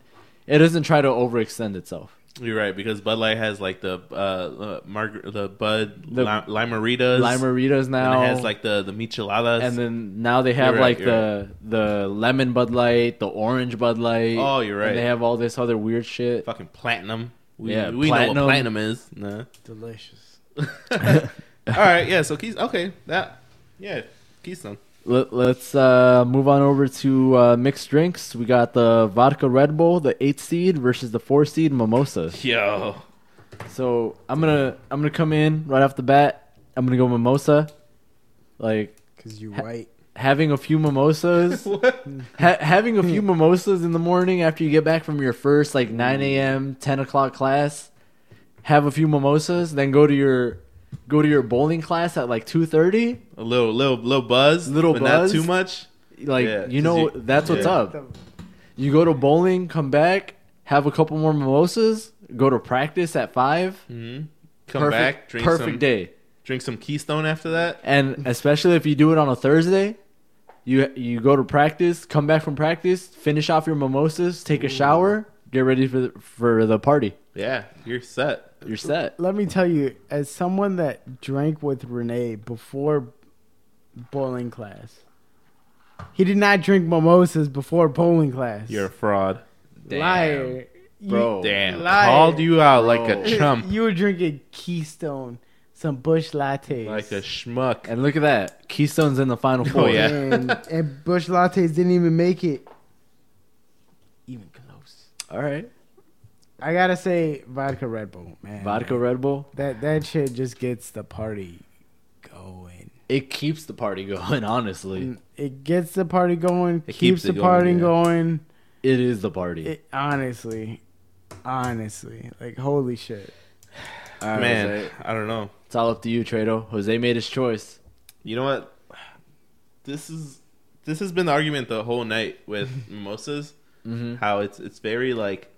S2: It doesn't try to overextend itself.
S1: You're right because Bud Light has like the uh, uh Margar- the Bud the,
S2: The-
S1: Limeritas,
S2: Limeritas
S1: and
S2: now
S1: it has like the the micheladas.
S2: and then now they have
S1: You're right,
S2: like the the lemon Bud Light, the orange Bud Light.
S1: Oh, you're right.
S2: And they have all this other weird shit.
S1: fucking platinum. We,
S2: Yeah,
S1: we know
S2: platinum.
S1: what platinum is. Nah.
S3: Delicious.
S1: All right, yeah. So Keystone. Okay, that yeah, Keystone.
S2: Let, let's uh, move on over to uh, mixed drinks. We got the vodka Red Bull, the eight seed versus the four seed Mimosa.
S1: Yo,
S2: So I'm gonna I'm gonna come in right off the bat. I'm gonna go Mimosa. Like
S3: Because you white.
S2: having a few mimosas,
S1: what?
S2: ha- having a few mimosas in the morning after you get back from your first like 9 a.m 10 o'clock class have a few mimosas then go to your go to your bowling class at like 2.30
S1: A little, little, little buzz.
S2: Little
S1: but
S2: buzz?
S1: Not too much.
S2: like
S1: Yeah,
S2: you know
S1: 'cause you-
S2: that's what's
S1: yeah.
S2: up you go to bowling come back have a couple more mimosas go to practice at 5
S1: hmm Come
S2: perfect,
S1: back. Drink
S2: perfect
S1: some,
S2: day
S1: Drink some Keystone after that.
S2: and especially if you do it on a thursday you you go to practice come back from practice finish off your mimosas take a shower get ready for the, for the party
S1: Yeah, you're set.
S2: You're set.
S3: Let me tell you, as someone that drank with Renee before bowling class, he did not drink mimosas before bowling class.
S1: You're a fraud.
S3: liar. You-
S2: Bro.
S1: Damn,
S3: Liar.
S1: called you out like
S2: Bro.
S1: a chump,
S3: You were drinking Keystone, some Bush lattes.
S1: like a schmuck.
S2: And look at that. Keystone's in the final four.
S1: Oh, yeah.
S3: and, and Bush lattes didn't even make it. Even close.
S2: All right.
S3: I gotta say, vodka Red Bull, man.
S2: Vodka Red Bull.
S3: That that shit just gets the party going.
S2: It keeps the party going, honestly.
S3: It gets the party going,
S1: It
S3: keeps,
S1: keeps
S3: the
S1: it
S3: party
S1: going, yeah.
S3: going.
S2: It is the party.
S3: It, honestly, honestly, like holy shit.
S2: All right,
S1: Man,
S2: Jose,
S1: I don't know.
S2: it's all up to you, Trado. Jose made his choice.
S1: You know what? This is this has been the argument the whole night with mimosas.
S2: Mm-hmm.
S1: How it's it's very like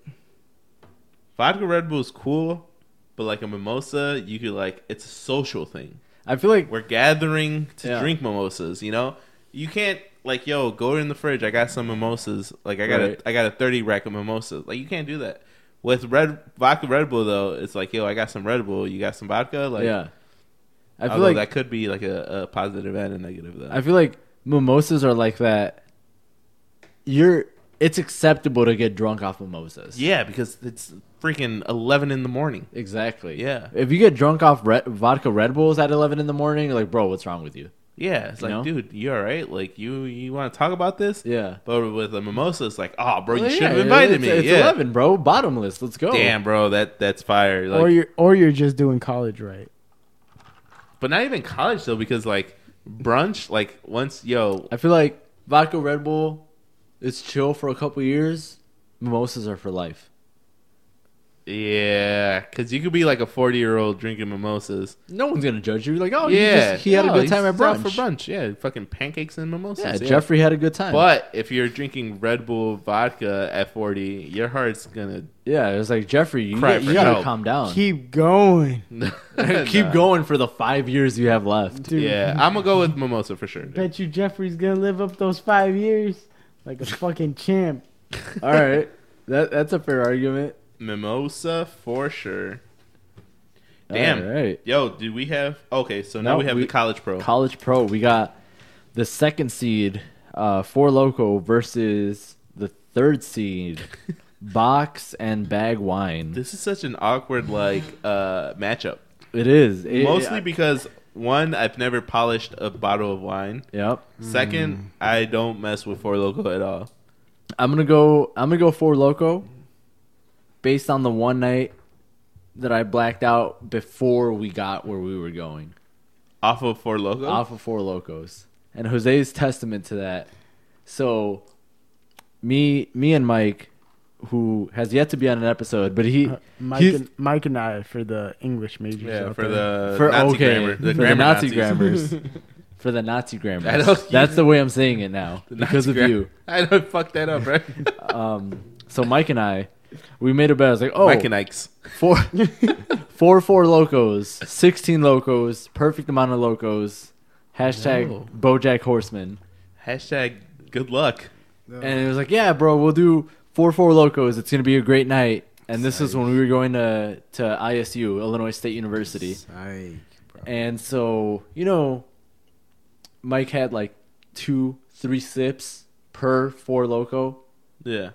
S1: vodka Red Bull's cool, but like a mimosa, you could like it's a social thing.
S2: I feel like
S1: We're gathering to
S2: Yeah.
S1: drink mimosas. You know, you can't like yo go in the fridge. I got some mimosas. Like I got
S2: Right.
S1: a I got a thirty rack of mimosas. Like you can't do that with red vodka Red Bull though. It's like yo I got some Red Bull. You got some vodka. Like
S2: yeah. I feel
S1: although
S2: like
S1: that could be like a, a positive and a negative though.
S2: I feel like mimosas are like that. You're it's acceptable to get drunk off mimosas.
S1: Yeah, because it's freaking eleven in the morning.
S2: Exactly.
S1: Yeah.
S2: If you get drunk off red, vodka Red Bulls at 11 in the morning, you're like, bro, what's wrong with you?
S1: Yeah, it's
S2: You
S1: like,
S2: know?
S1: dude, you all right? Like, you you want to talk about this?
S2: Yeah.
S1: But with a mimosa, it's like, oh, bro, you
S2: Well,
S1: should have
S2: yeah,
S1: invited
S2: it's,
S1: me.
S2: It's
S1: yeah.
S2: 11, bro. Bottomless. Let's go.
S1: Damn, bro, that that's fire. Like,
S3: or you're or you're just doing college right.
S1: but not even college though, because like brunch, like once, yo,
S2: I feel like vodka Red Bull is chill for a couple years. Mimosas are for life.
S1: yeah, because you could be like a forty year old drinking mimosas.
S2: No one's gonna judge you. Like, oh, yeah,
S1: yeah,
S2: he had a
S1: no,
S2: good time at
S1: he's out
S2: brunch.
S1: for brunch. Yeah, fucking pancakes and mimosas.
S2: Yeah, Jeffrey had a good time.
S1: But if you're drinking Red Bull vodka at forty, your heart's gonna
S2: yeah, it was like Jeffrey, you,
S1: Cry
S2: get-
S1: for
S2: you gotta
S1: help.
S2: calm down.
S3: Keep going.
S2: Keep going for the five years you have left.
S3: Dude,
S1: Yeah, I'm gonna go with mimosa for sure. dude.
S3: bet you Jeffrey's gonna live up those five years like a fucking champ.
S2: All right, that that's a fair argument.
S1: Mimosa for sure. Damn.
S2: All right.
S1: Yo, do we have? Okay, so now
S2: No,
S1: we have
S2: we-
S1: the college pro.
S2: College Pro, we got the second seed, uh, Four Loco versus the third seed, Box and Bag Wine.
S1: this is such an awkward like uh matchup,
S2: It is It-
S1: mostly because one, I've never polished a bottle of wine.
S2: Yep.
S1: Second,
S2: Mm.
S1: I don't mess with Four Loco at all.
S2: I'm gonna go. I'm gonna go Four Loco, based on the one night that I blacked out before we got where we were going.
S1: Off of Four Loco,
S2: off of four locos and jose's testament to that so me me and mike who has yet to be on an episode but he
S3: Uh, Mike
S2: he's-
S3: and, Mike and I for the English majors.
S1: yeah,
S3: out
S1: for
S3: there.
S1: the
S2: for
S1: Uh, Nazi
S2: okay
S1: grammar,
S2: for
S1: the
S2: the
S1: grammar
S2: nazi
S1: Nazis.
S2: grammars for the nazi
S1: I
S2: grammars
S1: don't-
S2: that's the way i'm saying it now
S1: The
S2: because
S1: Nazi
S2: of
S1: gra-
S2: you
S1: I don't fuck that up, right?
S2: um so mike and i we made a bet i was like oh
S1: Mike and Ike's.
S2: four four four locos 16 locos perfect amount of locos hashtag
S1: Whoa.
S2: bojack horseman
S1: Hashtag good luck.
S2: And it was like, yeah, bro, we'll do four four locos. It's gonna be a great night. And this was when we were going to to ISU, Illinois State University.
S3: Psych, bro.
S2: And so you know, Mike had like two, three sips per four loco.
S1: Yeah.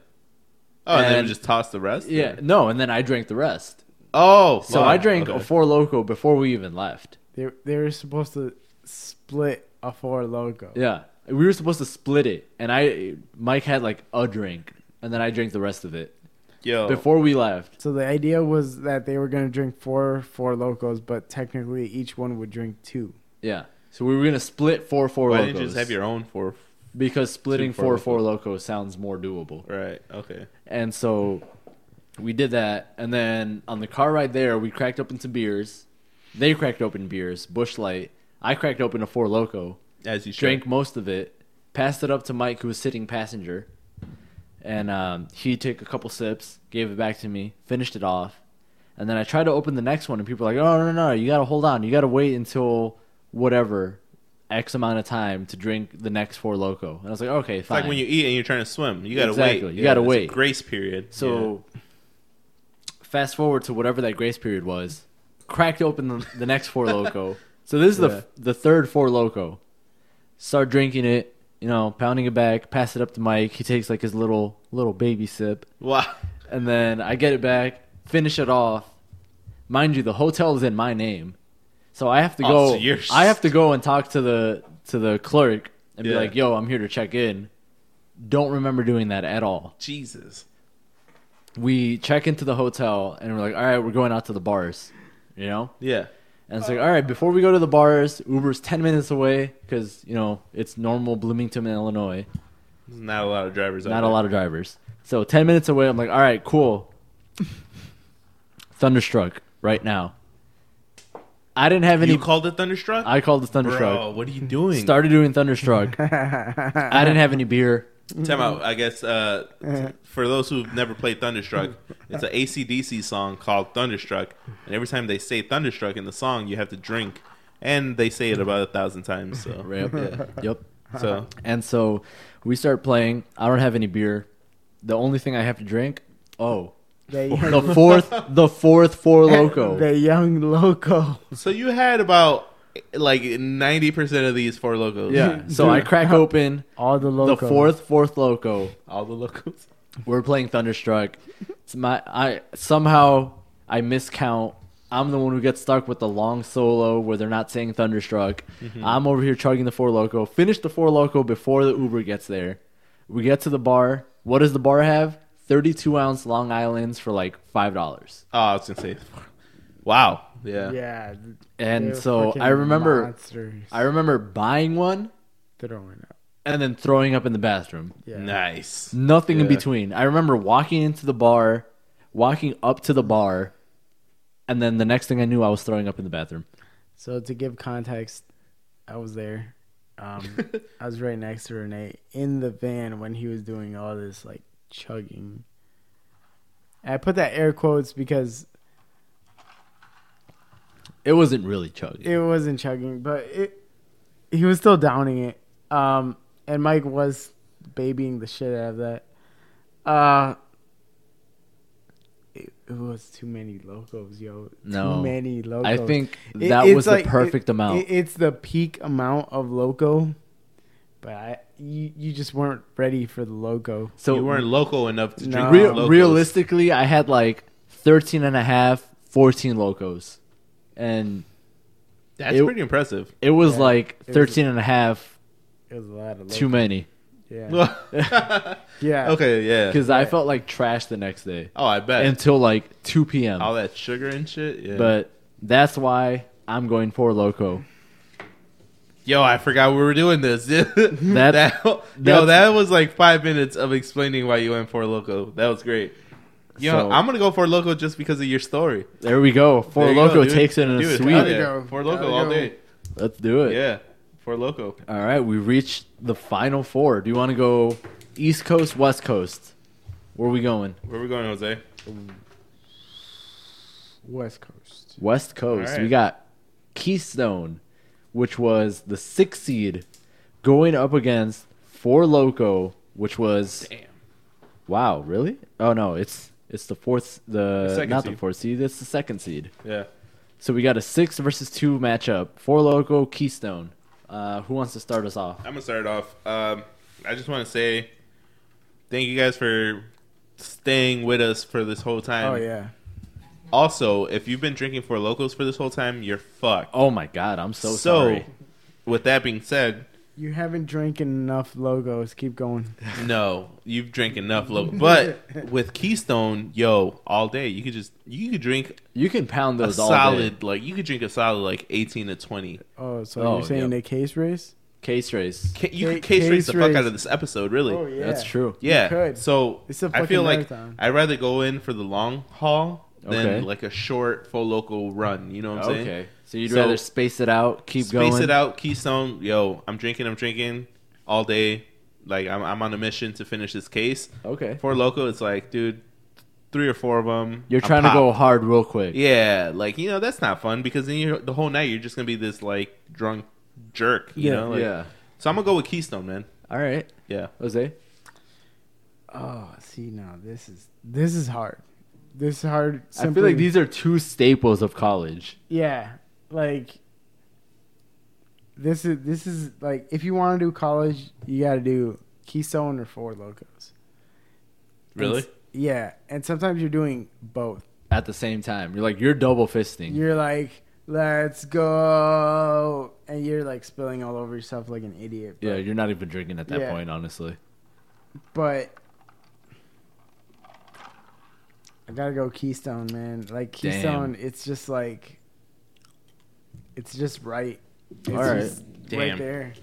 S1: Oh, and, then
S2: And-
S1: we just toss the rest.
S2: Yeah,
S1: or-
S2: no, and then I drank the rest.
S1: Oh,
S2: So
S1: wow,
S2: I drank
S1: okay.
S2: a four loco before we even left.
S3: They they were supposed to split a four logo.
S2: Yeah, we were supposed to split it, and I Mike had like a drink, and then I drank the rest of it
S1: Yo,
S2: before we left.
S3: So the idea was that they were gonna drink four four locos, but technically each one would drink two.
S2: Yeah, so we were gonna split four four
S1: why
S2: locos.
S1: didn't you just have your own for?
S2: because splitting
S1: Four
S2: four four loco sounds more doable.
S1: Right. Okay.
S2: And so we did that, and then on the car ride there, we cracked open some beers. They cracked open beers, Bush Light. I cracked open a four loco,
S1: As you should.
S2: drank most of it, passed it up to Mike, who was sitting passenger, and um, he took a couple sips, gave it back to me, finished it off, and then I tried to open the next one, and people were like, "Oh no, no, no, you gotta hold on, you gotta wait until whatever." X amount of time to drink the next four loco, and I was like, okay,
S1: It's
S2: fine.
S1: like when you eat and you're trying to swim. You gotta
S2: Exactly,
S1: wait.
S2: you gotta
S1: it's a
S2: wait.
S1: grace period.
S2: So, fast forward to whatever that grace period was. Cracked open the, the next four loco. So this is
S1: Yeah.
S2: the the third four loco. Start drinking it, you know, pounding it back. Pass it up to Mike. He takes like his little little baby sip,
S1: Yeah. wow.
S2: and then I get it back. Finish it off. Mind you, the hotel is in my name, so I have to
S1: Oh,
S2: go.
S1: so you're-
S2: I have to go and talk to the to the clerk and be
S1: Yeah.
S2: like, "Yo, I'm here to check in." Don't remember doing that at all
S1: Jesus.
S2: we check into the hotel and we're like, all right, we're going out to the bars, you know?
S1: Yeah.
S2: And it's like, all right, before we go to the bars, Uber's 10 minutes away because, you know, it's normal Bloomington, Illinois.
S1: There's not a lot of drivers.
S2: Not a lot of drivers. So 10 minutes away, I'm like, all right, cool. Thunderstruck right now. I didn't have
S1: Of
S2: any.
S1: you called it thunderstruck.
S2: I called the
S1: Bro,
S2: Thunderstruck.
S1: what are you doing?
S2: Started doing Thunderstruck. I didn't have any beer.
S1: Time out. I guess uh, t- for those who've never played Thunderstruck, it's an ACDC song called Thunderstruck, and every time they say Thunderstruck in the song, you have to drink, and they say it about a thousand times. So
S2: Yep. yep.
S1: So
S2: And so we start playing. I don't have any beer. The only thing I have to drink, oh,
S3: They-
S2: the fourth, the fourth Four Loco.
S3: The young loco.
S1: so you had about like ninety percent of these four locos.
S2: Yeah. So I crack open
S3: All the
S2: the
S3: loco.
S2: fourth, fourth loco.
S1: all the locos.
S2: We're playing Thunderstruck. It's my I somehow I miscount. I'm the one who gets stuck with the long solo where they're not saying Thunderstruck.
S3: Mm-hmm.
S2: I'm over here chugging the four loco. Finish the four loco before the Uber gets there. We get to the bar. What does the bar have? 32 ounce Long Island's for like five dollars.
S1: Oh, I was gonna say, wow. Yeah.
S3: Yeah.
S2: And
S3: they're
S2: so
S3: fucking
S2: I remember,
S3: monsters
S2: I remember buying one
S3: throwing up.
S2: and then throwing up in the bathroom.
S3: Yeah.
S1: Nice.
S2: Nothing in
S1: Yeah.
S2: between. I remember walking into the bar, walking up to the bar, and then the next thing I knew, I was throwing up in the bathroom.
S3: So to give context, I was there. Um, I was right next to Renee in the van when he was doing all this like chugging. And I put that air quotes because
S2: It wasn't really chugging.
S3: it wasn't chugging, but it he was still downing it. Um, and Mike was babying the shit out of that. Uh, it, it was too many locos, yo.
S2: No.
S3: too many locos.
S2: I think
S3: It-
S2: that
S3: it's
S2: was the
S3: like-
S2: perfect
S3: it-
S2: amount.
S3: it- it's the peak amount of loco, but I, you you just weren't ready for the loco.
S2: so
S1: you weren't loco enough to drink.
S3: No.
S1: all
S2: rea-
S1: the locos.
S2: realistically, I had like 13 and a half, 14 locos. And
S1: That's
S2: it-
S1: pretty impressive.
S2: it was
S3: Yeah,
S2: like
S3: was-
S2: 13 and a half
S3: It was a lot of loco.
S2: too many
S3: Yeah. yeah.
S1: okay. Yeah.
S2: because I felt like trash the next day
S1: Oh, I bet.
S2: until like 2 p.m.
S1: all that sugar and shit. Yeah.
S2: But that's why I'm going for loco.
S1: Yo, I forgot we were doing this. that,
S2: That's-
S1: yo,
S2: that's-
S1: that was like five minutes of explaining why you went for loco. That was great. Yo,
S2: So-
S1: I'm gonna go for loco just because of your story.
S2: There we go. Four
S1: There you go,
S2: Loco
S1: dude.
S2: takes it in
S1: Dude,
S2: a
S1: it's
S2: sweep.
S1: out
S3: There you
S1: there.
S3: go.
S1: For
S3: There
S1: loco
S3: you
S1: all
S3: go.
S1: day.
S2: Let's do it.
S1: Yeah, for loco.
S2: All right, we reached the final four. Do you want to go East Coast, West Coast? Where are we going?
S1: Where we going, Jose?
S3: West Coast.
S2: West Coast.
S1: right.
S2: We got Keystone, which was the sixth seed, going up against Four Loco, which was
S1: Damn.
S2: wow, really? Oh no, it's it's the fourth,
S1: The
S2: the,
S1: second
S2: not the
S1: seed.
S2: fourth seed. It's the second seed.
S1: Yeah.
S2: So we got a six versus two matchup. Four Loco, Keystone. Uh, who wants to start us off?
S1: I'm gonna start it off. Um, I just want to say thank you guys for staying with us for this whole time.
S3: Oh yeah.
S1: Also, if you've been drinking for locos for this whole time, you're fucked.
S2: Oh my god, I'm so, sorry.
S1: with that being said,
S3: You haven't drank enough logos. Keep going.
S1: No, you've drank enough. Look, but with Keystone, yo, all day you could just you could drink
S2: You can pound
S1: a
S2: those all day.
S1: solid like you could drink a solid like eighteen to twenty.
S3: Oh, so
S2: Oh,
S3: you're saying
S2: yeah.
S3: a case race?
S2: Case race.
S1: Ca- You
S3: Ca-
S1: could case race
S3: case
S1: the fuck out
S3: race.
S1: of this episode, really.
S3: Oh yeah.
S2: That's true.
S1: Yeah.
S3: could.
S1: So
S3: It's a
S1: I feel
S3: fucking
S1: like
S3: marathon.
S1: I'd rather go in for the long haul than
S2: Okay.
S1: like a short full local run. You know what I'm saying?
S2: Okay. So you'd
S1: So-
S2: rather space it out, keep
S1: Space
S2: going.
S1: it out, Keystone. Yo, I'm drinking. I'm drinking all day. Like I'm, I'm on a mission to finish this case.
S2: Okay.
S1: For loco, it's like, dude, three or four of them.
S2: You're trying to go hard real quick.
S1: Yeah, like you know that's not fun because then you're the whole night you're just gonna be this like drunk jerk, you
S3: Yeah,
S1: know. Like,
S2: yeah.
S1: So I'm gonna go with Keystone, man.
S2: All right.
S1: Yeah.
S2: Jose.
S3: Oh, see now this is this is hard. This is hard.
S2: I feel
S3: simply-
S2: like these are two staples of college.
S3: Yeah, like this is this is like if you want to do college, you got to do Keystone or Four Locos.
S1: Really?
S3: And s- yeah, and sometimes you're doing both.
S2: At the same time. You're like you're double fisting.
S3: You're like, let's go, and you're like spilling all over yourself like an idiot.
S2: yeah, you're not even drinking at that
S3: Yeah.
S2: point, honestly.
S3: but I gotta go Keystone, man. Like
S2: Damn.
S3: Keystone, it's just like It's just right. It's
S2: All right.
S3: just
S1: Damn.
S3: right there.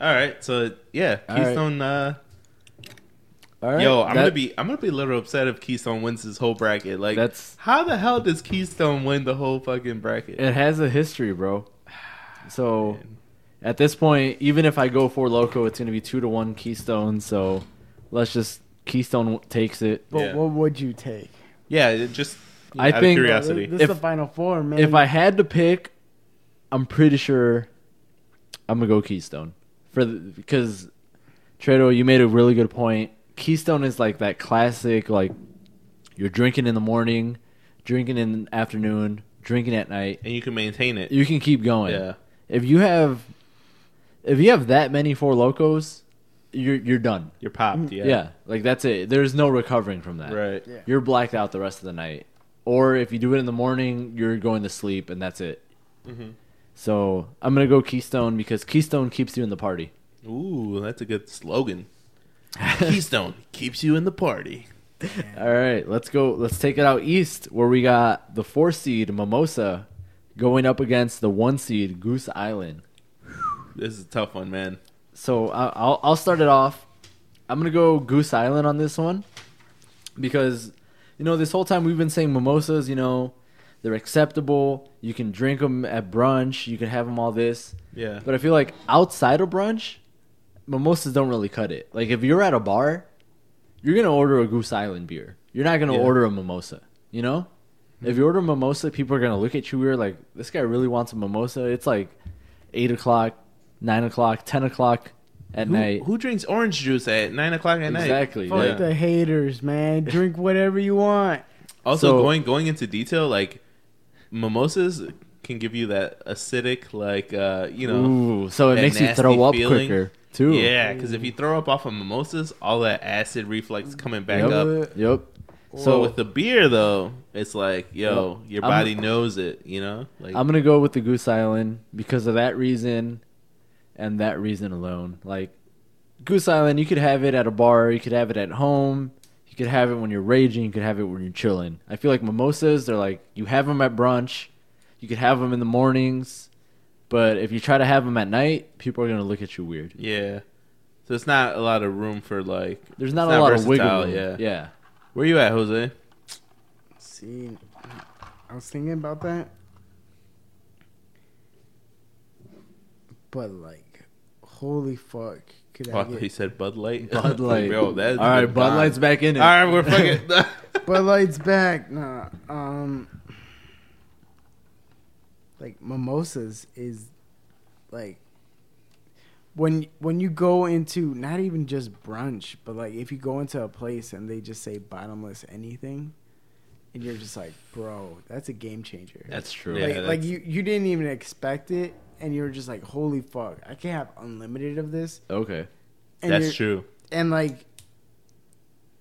S1: All right, so yeah,
S2: All right.
S1: Keystone. Uh,
S2: All right.
S1: Yo, I'm
S2: that-
S1: gonna be I'm gonna be a little upset if Keystone wins this whole bracket. Like,
S2: That's-
S1: how the hell does Keystone win the whole fucking bracket?
S2: It has a history, bro. So at this point, even if I go for Loco, it's going to be two to one Keystone. So let's just Keystone w- takes it.
S3: But
S1: Yeah.
S3: what would you take?
S1: yeah, it just
S2: I
S1: out of
S2: think-
S1: curiosity.
S3: This is the
S2: If-
S3: final four, man.
S2: If I had to pick, I'm pretty sure I'm gonna go Keystone for the, because Trado, you made a really good point. Keystone is like that classic, like you're drinking in the morning, drinking in the afternoon, drinking at night.
S1: and you can maintain it.
S2: You can keep going.
S1: yeah,
S2: If you have, if you have that many four locos, you're you're done.
S1: you're popped. Yeah,
S2: Yeah. like that's it. There's no recovering from that.
S1: right.
S3: Yeah.
S2: You're blacked out the rest of the night, or if you do it in the morning, you're going to sleep and that's it.
S1: Mm-hmm.
S2: So I'm gonna go Keystone because Keystone keeps you in the party.
S1: Ooh, that's a good slogan. Keystone keeps you in the party.
S2: All right, let's go. Let's take it out east where we got the four seed Mimosa going up against the one seed Goose Island.
S1: This is a tough one, man.
S2: so I- I'll I'll start it off. I'm gonna go Goose Island on this one because you know this whole time we've been saying mimosas. You know they're acceptable. You can drink them at brunch. You can have them all this.
S1: Yeah,
S2: But I feel like outside of brunch, mimosas don't really cut it. Like if you're at a bar, you're gonna order a Goose Island beer. You're not gonna
S1: Yeah. Hmm.
S2: order a mimosa. You know, if you order a mimosa, people are gonna look at you weird. Like this guy really wants a mimosa. It's like eight o'clock, nine o'clock, ten o'clock at
S1: who,
S2: night.
S1: who drinks orange juice at nine o'clock at night?
S2: Exactly,
S1: Fuck
S3: Fuck
S2: yeah.
S3: the haters, man. Drink whatever you want.
S1: Also,
S2: So-
S1: going going into detail, like mimosas can give you that acidic, like uh, you know,
S2: Ooh, so it
S1: that
S2: makes you
S1: nasty
S2: throw up
S1: feeling.
S2: quicker too.
S1: Yeah, because if you throw up off of mimosas, all that acid reflex coming back
S2: Yep.
S1: up.
S2: Yep.
S1: So
S2: So
S1: with the beer though, it's like, yo, your
S2: I'm-
S1: body knows it, you know? Like
S2: I'm gonna go with the Goose Island because of that reason, and that reason alone. Like Goose Island, you could have it at a bar, you could have it at home, you could have it when you're raging, you could have it when you're chilling. I feel like mimosas, they're like you have them at brunch, you could have them in the mornings, but if you try to have them at night, people are gonna look at you weird.
S1: Yeah. So it's not a lot of room for like
S2: There's not
S1: it's
S2: a lot of wiggle
S1: versatile,
S2: room. Yeah. yeah.
S1: Where you at, Jose?
S3: See, I was thinking about that, but like, holy fuck, could I
S1: Oh, I thought
S3: get
S1: he said Bud Light.
S2: Bud Light.
S1: Bro, that's
S2: All right, Bud Light's back in it.
S1: All right, we're fucking
S3: Bud Light's back. Nah, um, like mimosas is like when when you go into not even just brunch, but like if you go into a place and they just say bottomless anything, and you're just like, bro, that's a game changer.
S2: That's true.
S1: Yeah.
S3: like, like
S1: that's-
S3: you you didn't even expect it, and you were just like, holy fuck, I can't have unlimited of this.
S2: Okay.
S3: And
S1: That's
S3: you're-
S1: true.
S3: and like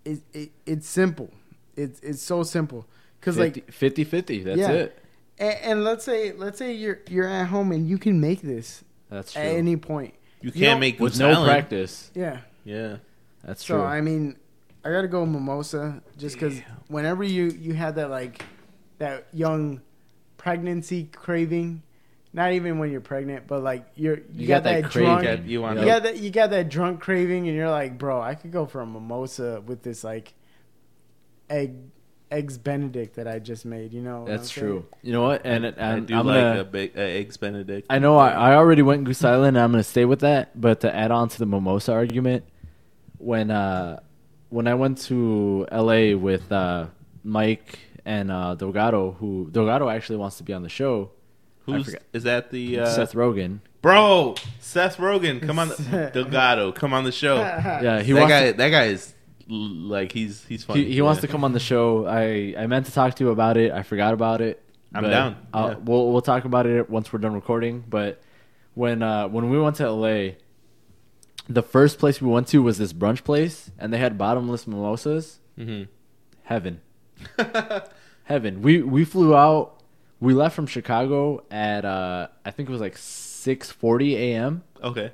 S3: it, it it's simple it's it's so simple because like
S2: 50 50. That's
S3: Yeah.
S2: it.
S3: and, and let's say let's say you're you're at home and you can make this
S2: That's true.
S3: at any point
S1: You
S3: don't-
S1: can't make
S2: With
S1: Goose
S2: no
S1: Island.
S2: practice.
S3: yeah
S1: Yeah.
S2: That's
S3: so
S2: true.
S3: i mean i gotta go mimosa just because
S1: Damn.
S3: whenever you you had that like that young pregnancy craving not even when you're pregnant but like you're you, got, that,
S2: craving.
S3: drunk
S1: You got- you want
S3: You got that you got that drunk craving and you're like, bro, I could go for a mimosa with this like egg eggs benedict that I just made, you know. what
S2: That's
S3: I'm saying?
S2: true. You know what? And, and
S1: I
S2: I'm
S1: do like
S2: gonna-
S1: a big uh, eggs benedict.
S2: I know I, I already went Goose Island and I'm gonna stay with that, but to add on to the mimosa argument, when uh when I went to LA with uh Mike and uh Delgado, who Delgado actually wants to be on the show,
S1: Who's
S2: forget.
S1: is that the uh,
S2: Seth Rogen.
S1: Bro, Seth Rogen, come on, the, Delgado, come on the show.
S2: Yeah, he
S1: that
S2: wants
S1: guy,
S2: to,
S1: that guy is l- like he's he's funny.
S2: he, he wants
S1: Yeah.
S2: to come on the show. I I meant to talk to you about it. I forgot about it.
S1: I'm
S2: but
S1: down.
S2: I'll-
S1: Yeah.
S2: We'll we'll talk about it once we're done recording. But when uh, when we went to LA, the first place we went to was this brunch place, and they had bottomless mimosas.
S1: Mm-hmm.
S2: Heaven, heaven. We we flew out. We left from Chicago at uh, I think it was like six forty a.m.
S1: Okay.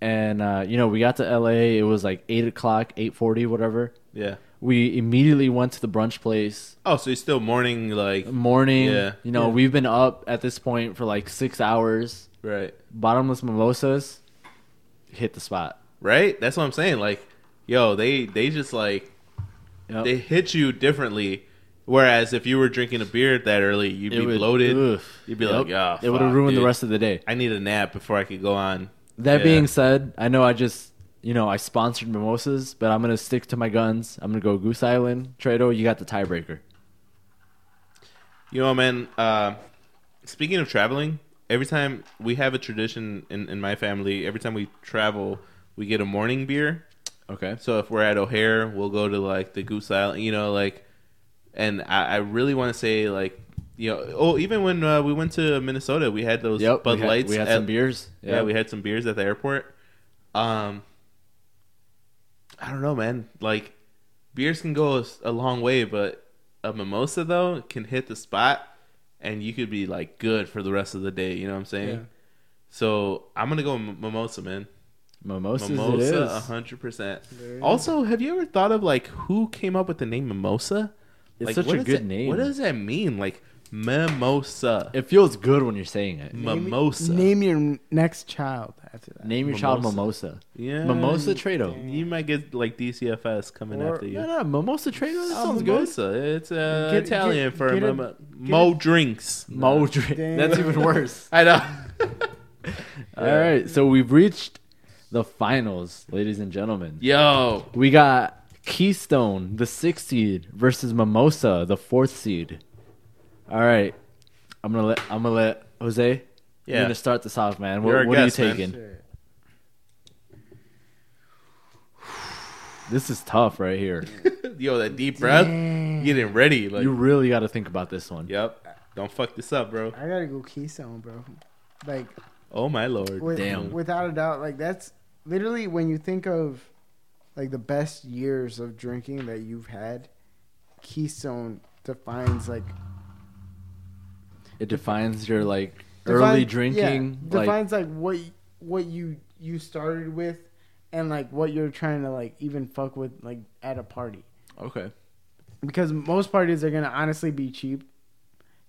S2: And uh, you know we got to LA. It was like eight o'clock, eight forty, whatever.
S1: Yeah.
S2: We immediately went to the brunch place.
S1: Oh, so he's still mourning, like
S2: Um, Morning.
S1: Yeah.
S2: You know,
S3: Yeah.
S2: we've been up at this point for like six hours.
S1: right,
S2: Bottomless mimosas hit the spot.
S1: right. That's what I'm saying. Like, yo, they they just like
S2: Yep.
S1: they hit you differently. Whereas if you were drinking a beer that early, you'd
S2: It
S1: be
S2: would-
S1: bloated.
S2: oof.
S1: You'd be
S2: Yep.
S1: like, oh,
S2: it would have ruined the
S1: rest.
S2: rest of the day.
S1: I need a nap before I could go on.
S2: That
S1: Yeah.
S2: being said, I know I just you know I sponsored mimosas, but I'm gonna stick to my guns. I'm gonna go Goose Island. Trado, you got the tiebreaker.
S1: You know, man. Uh, speaking of traveling, every time we have a tradition in, in my family, every time we travel, we get a morning beer.
S2: Okay.
S1: So if we're at O'Hare, we'll go to like the Goose Island. You know, like, and I, I really want to say like, you know, oh, even when uh, we went to Minnesota, we had those
S2: Yep.
S1: Bud
S2: we had,
S1: Lights.
S2: We had
S1: at-
S2: some beers.
S1: Yeah. we had some beers at the airport. Um, I don't know, man. Like, beers can go a, s- a long way, but a mimosa though can hit the spot, and you could be like good for the rest of the day. You know what I'm saying?
S3: Yeah.
S1: So I'm gonna go m- mimosa, man.
S2: mimosas. it is.
S1: Mimosa, uh-huh. a hundred percent.
S3: There it
S1: Also, have you ever thought of like who came up with the name mimosa?
S2: It's
S1: Like,
S2: such
S1: what
S2: a
S1: is
S2: good
S1: that-
S2: name.
S1: What does that mean? Like mimosa,
S2: It feels good when you're saying it.
S3: Name-
S1: mimosa.
S3: Name your next child after that.
S2: Name your child Mimosa.
S1: yeah,
S2: Mimosa
S1: you-
S2: Trado.
S1: You might get like DCFS coming
S3: Or-
S1: after you.
S2: No, no, Mimosa Trado. That
S1: Oh,
S2: sounds good.
S1: mimosa. It's uh,
S3: Get-
S1: Italian
S3: get-
S1: for
S3: get a-
S1: mimo- mo drinks.
S2: Mo drink.
S3: Damn.
S2: That's even worse.
S1: I know.
S2: All right, so we've reached the finals, ladies and gentlemen.
S1: Yo,
S2: We got Keystone, the sixth seed, versus Mimosa, the fourth seed. All right, I'm gonna let I'm gonna let Jose. You're
S1: Yeah.
S2: gonna start this off, man.
S1: You're
S2: What,
S1: our
S2: what are you
S1: guest, man.
S2: taking?
S3: Shit.
S2: This is tough right here.
S1: yo, that deep breath. Getting ready. Like,
S2: you really got to think about this one.
S1: yep. Don't fuck this up, bro.
S3: I gotta go Keystone, bro. Like
S1: Oh my lord.
S3: with,
S2: Damn.
S3: without a doubt, like that's literally when you think of like the best years of drinking that you've had. Keystone defines like
S2: It defines your like
S3: define-
S2: early
S3: yeah,
S2: drinking. like,
S3: defines like what y- what you you started with, and like what you're trying to like even fuck with like at a party.
S2: okay,
S3: because most parties are gonna honestly be cheap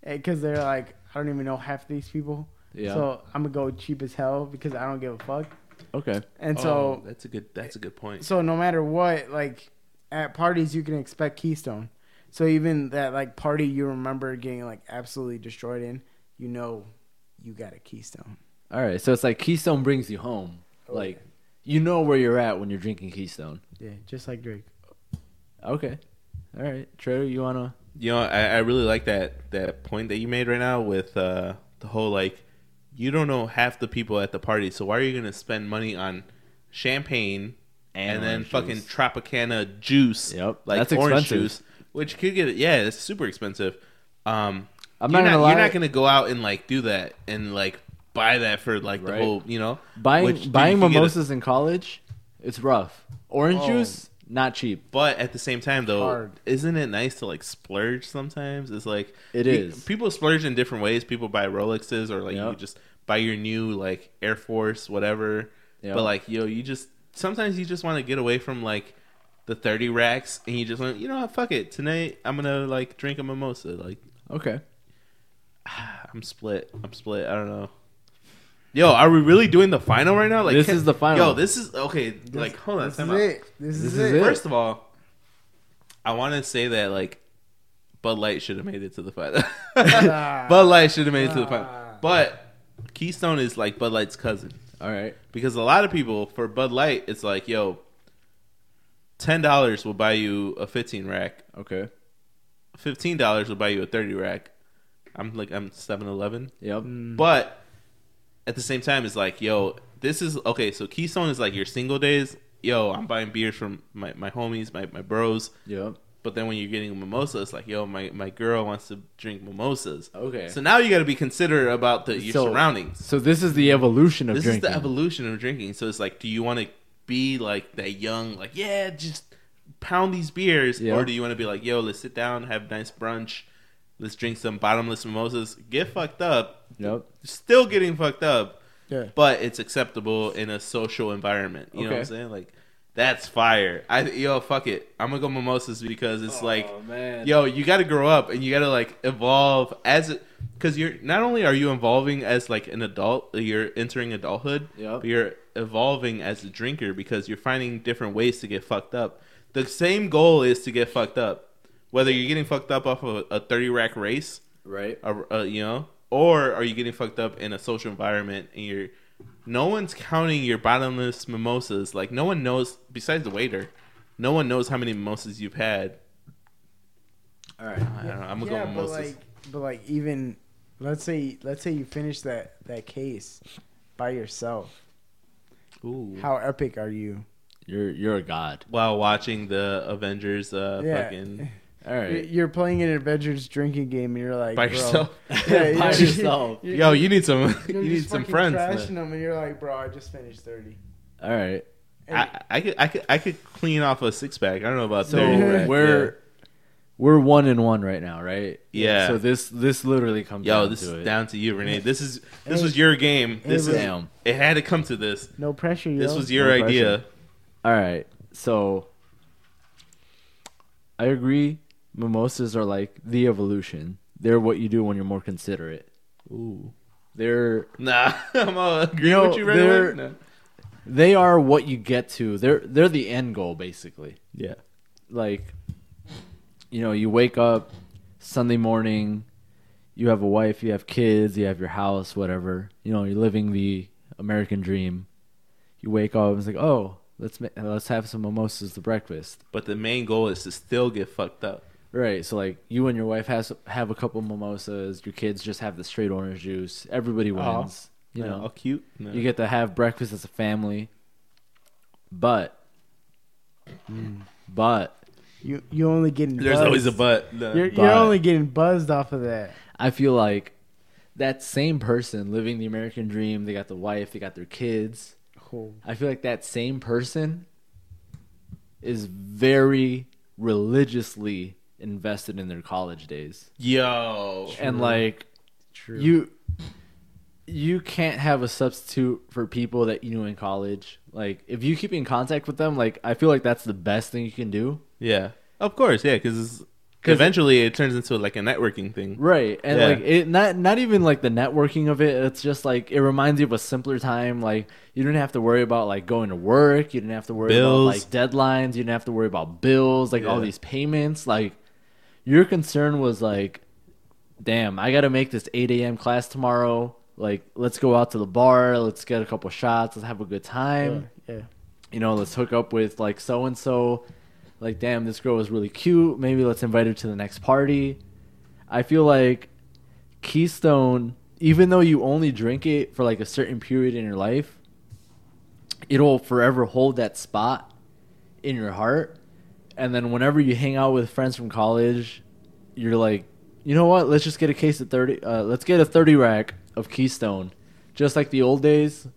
S3: because they're like I don't even know half these people.
S2: Yeah.
S3: So I'm gonna go cheap as hell because I don't give a fuck.
S2: okay,
S3: And
S1: Oh,
S3: so
S1: that's a good. That's a good point.
S3: so no matter what, like at parties you can expect Keystone. So even that like party you remember getting like absolutely destroyed in, you know, you got a Keystone.
S2: all right. So it's like Keystone brings you home.
S3: Oh,
S2: Like you know where you're at when you're drinking Keystone.
S3: Yeah, just like Drake.
S2: Okay, all right. Trey, you wanna?
S1: You know, I, I really like that that point that you made right now with uh, the whole like, you don't know half the people at the party, so why are you gonna spend money on champagne and,
S2: And
S1: then
S2: orange
S1: fucking
S2: juice.
S1: Tropicana juice?
S2: Yep,
S1: like
S2: that's
S1: orange
S2: expensive.
S1: juice, which could get yeah, it's super expensive. Um,
S2: I'm
S1: you're
S2: not gonna
S1: You're
S2: lie.
S1: not gonna go out and like do that and like buy that for like the
S2: Right.
S1: whole, you know,
S2: Buying
S1: which you
S2: buying
S1: can get a-
S2: mimosas in college, it's rough. Orange
S3: Oh.
S2: juice, not cheap.
S1: But at the same time, though,
S3: Hard.
S1: isn't it nice to like splurge sometimes? It's like it
S2: It is.
S1: is. People splurge in different ways. People buy Rolexes or like
S2: Yep.
S1: you just buy your new like Air Force, whatever.
S2: Yep.
S1: But like yo, you just sometimes you just want to get away from like the thirty racks, and you just want you know what, fuck it. Tonight I'm gonna like drink a mimosa. Like ah,
S2: Okay.
S1: I'm split. I'm split. I don't know. Yo, are we really doing the final right now? Like
S2: This is the final.
S1: Yo, this is okay. like hold on,
S3: this
S1: time
S3: is
S1: out.
S3: it.
S2: This
S3: This, is,
S2: is
S3: it.
S2: it.
S1: First of all, I want to say that like Bud Light should have made it to the final. Bud Light should have made it to the final. But Keystone is like Bud Light's cousin
S2: All right.
S1: because a lot of people for Bud Light it's like yo, ten dollars will buy you a fifteen rack.
S2: Okay.
S1: Fifteen dollars will buy you a thirty rack. I'm like I'm Seven Eleven.
S2: Yep.
S1: But at the same time, it's like, yo, this is okay. So Keystone is like your single days. Yo, I'm buying beers from my, my homies, my, my bros.
S2: Yep.
S1: But then when you're getting a mimosa, it's like, yo, my, my girl wants to drink mimosas.
S2: Okay.
S1: So now you got to be considerate about the, your
S2: So-
S1: surroundings.
S2: So this is the evolution of
S1: This
S2: drinking.
S1: is the evolution of drinking. So it's like, do you want to be like that young, like, yeah, just pound these beers?
S2: Yeah.
S1: Or do you want to be like, yo, let's sit down, have a nice brunch, let's drink some bottomless mimosas, get fucked up,
S2: Yep.
S1: still getting fucked up,
S3: Yeah.
S1: but it's acceptable in a social environment. You know what I'm
S2: Okay.
S1: saying? Like, That's fire. I yo fuck it. I'm gonna go mimosas because it's like
S2: man.
S1: yo you got to grow up and you got to like evolve as it because you're not only are you evolving as like an adult you're entering adulthood
S2: Yep.
S1: but you're evolving as a drinker because you're finding different ways to get fucked up the same goal is to get fucked up whether you're getting fucked up off of a 30 rack race
S2: right?
S1: a, a, you know or are you getting fucked up in a social environment and you're no one's counting your bottomless mimosas like no one knows besides the waiter no one knows how many mimosas you've had
S2: All right.
S1: I don't know. I'm gonna
S3: yeah,
S1: go
S3: but
S1: mimosas.
S3: like, but like, even let's say let's say you finish that that case by yourself.
S1: Ooh.
S3: How epic are you?
S2: You're you're a god.
S1: While watching the Avengers, uh,
S3: Yeah.
S1: fucking
S2: All
S3: You're-
S2: right.
S3: You're playing an Avengers drinking game, and you're like
S1: by
S3: bro.
S1: yourself.
S3: Yeah,
S2: By
S3: you're-
S2: yourself.
S3: you're-
S1: Yo, you need some.
S3: you're
S1: you need
S3: just
S1: some
S3: fucking
S1: friends.
S3: Trashing
S1: man.
S3: them, and you're like, bro, I just finished thirty.
S2: All right.
S3: And
S1: I, I could, I could, I could clean off a six pack. I don't know about
S2: So
S1: thirty.
S3: Yeah.
S1: rack,
S2: we're
S1: yeah.
S2: we're one and one right now, right?
S1: Yeah.
S2: So this this literally comes
S1: Yo,
S2: down
S1: this
S2: to
S1: is
S2: it.
S1: down to you, Renee. This is this
S3: Hey.
S1: was your game. This
S3: bro.
S1: is
S2: Damn.
S1: it had to come to this.
S3: no pressure. Yo.
S1: This was your
S2: No
S1: idea.
S2: All right. So I agree. Mimosas are like the evolution. They're what you do when you're more considerate.
S1: Ooh,
S2: They're
S1: nah, I'm all agreeing
S2: Yo,
S1: with you right
S2: they're-
S1: away. No.
S2: they are what you get to. They're they're the end goal basically.
S1: Yeah,
S2: like you know you wake up sunday morning you have a wife you have kids you have your house whatever you know you're living the american dream you wake up and it's like oh let's ma- let's have some mimosas to breakfast
S1: but the main goal is to still get fucked up.
S2: right so like you and your wife has have a couple mimosas your kids just have the straight orange juice everybody
S1: Aw.
S2: wins you
S1: Yeah,
S2: know
S1: all cute. No.
S2: you get to have breakfast as a family but but
S3: you. You only getting.
S1: There's
S3: buzzed.
S1: always a but. No.
S3: You're,
S2: But-
S3: you're only getting buzzed off of that.
S2: I feel like that same person living the American dream, they got the wife, they got their kids.
S3: Oh,
S2: I feel like that same person is very religiously invested in their college days.
S1: Yo,
S2: And like
S3: true.
S2: you you can't have a substitute for people that you knew in college. Like if you keep in contact with them, like I feel like that's the best thing you can do.
S1: Yeah, of course. Yeah, because
S2: 'Cause-
S1: eventually it turns into like a networking thing.
S2: Right. And
S1: Yeah.
S2: like it not not even like the networking of it, it's just like it reminds you of a simpler time. Like you didn't have to worry about like going to work, you didn't have to worry
S1: Bills.
S2: about like deadlines, you didn't have to worry about bills, like all
S1: Yeah.
S2: these payments. Like your concern was like, damn, I gotta make this eight AM class tomorrow. Like, let's go out to the bar, let's get a couple shots, let's have a good time
S3: yeah, yeah.
S2: you know, let's hook up with like so and so. Like, damn, this girl was really cute. Maybe let's invite her to the next party. I feel like Keystone, even though you only drink it for like a certain period in your life, it'll forever hold that spot in your heart. And then whenever you hang out with friends from college, you're like, you know what? Let's just get a case of 30. Uh, let's get a 30 rack of Keystone. Just like the old days,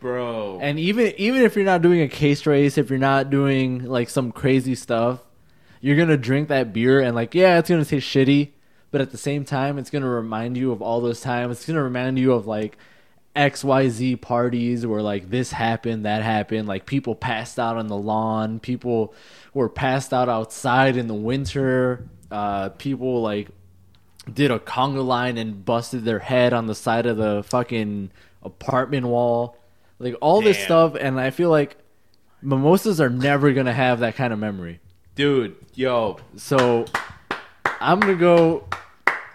S1: Bro.
S2: and even even if you're not doing a case race, if you're not doing like some crazy stuff, you're gonna drink that beer and like yeah, it's gonna taste shitty, but at the same time, it's gonna remind you of all those times. It's gonna remind you of like X Y Z parties where like this happened, that happened, like people passed out on the lawn, people were passed out outside in the winter, uh, people like did a conga line and busted their head on the side of the fucking apartment wall. Like all this
S1: Damn.
S2: stuff and I feel like mimosas are never going to have that kind of memory.
S1: Dude, yo,
S2: So I'm going to go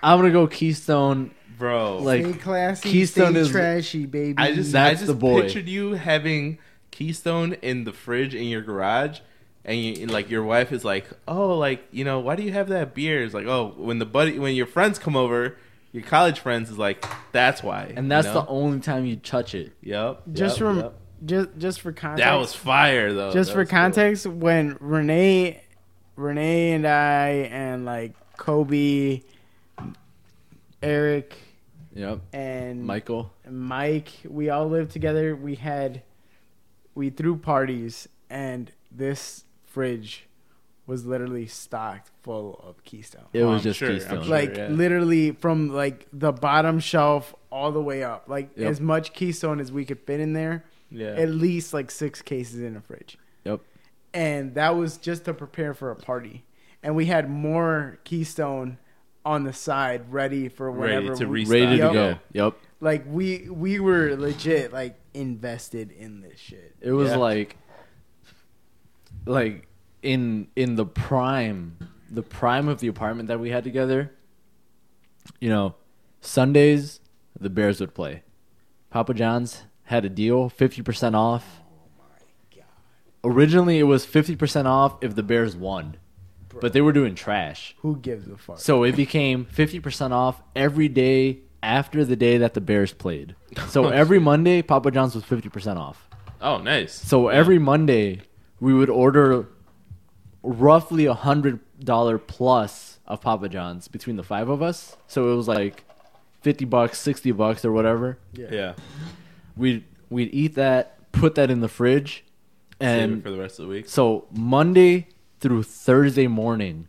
S2: I'm going to go Keystone.
S1: bro.
S2: Like,
S3: stay classy,
S2: Keystone
S3: stay
S2: is-
S3: trashy, baby.
S1: I just I
S2: that's
S1: just
S2: the boy.
S1: pictured you having Keystone in the fridge in your garage and you, like your wife is like, "Oh, like, you know, why do you have that beer?" It's like, "Oh, when the buddy when your friends come over, your college friends is like, that's why."
S2: And that's
S1: you
S2: the only time you touch it.
S1: the Yep.
S3: just
S1: yep,
S3: from
S1: yep.
S3: just just for context.
S1: That was fire though.
S3: just
S1: That
S3: for
S1: was cool.
S3: context. When Renee, Renee and I and like Kobe, Eric
S2: Yep.
S3: and
S2: Michael.
S3: Mike, we all lived together. We had we threw parties, and this fridge was literally stocked full of Keystone.
S2: It
S1: Oh,
S2: was
S1: I'm
S2: just
S1: sure, I'm
S2: Keystone.
S1: sure.
S3: like
S1: yeah.
S3: literally from like the bottom shelf all the way up like
S2: Yep.
S3: as much keystone as we could fit in there
S1: Yeah.
S3: at least like six cases in the fridge
S2: Yep.
S3: and that was just to prepare for a party. And we had more Keystone on the side, ready for whenever
S1: to
S3: we,
S1: restock.
S2: Ready to
S1: Yep.
S2: go. Yep.
S3: Like we we were legit like invested in this shit.
S2: It was
S1: Yeah.
S2: like like in in the prime the prime of the apartment that we had together. You know, Sundays the Bears would play. Papa John's had a deal, 50% off. Originally it was 50% off if the Bears won. But they were doing trash.
S3: Who gives a fuck?
S2: So it became 50% off every day after the day that the Bears played. So every Monday Papa John's was 50% off.
S1: Oh, nice.
S2: So every Monday, we would order roughly a hundred dollar plus of Papa John's between the five of us. So it was like fifty bucks, sixty bucks, or whatever.
S1: Yeah.
S2: We'd we'd eat that, put that in the fridge,
S1: Save it
S2: and
S1: for the rest of the week.
S2: so Monday through Thursday morning,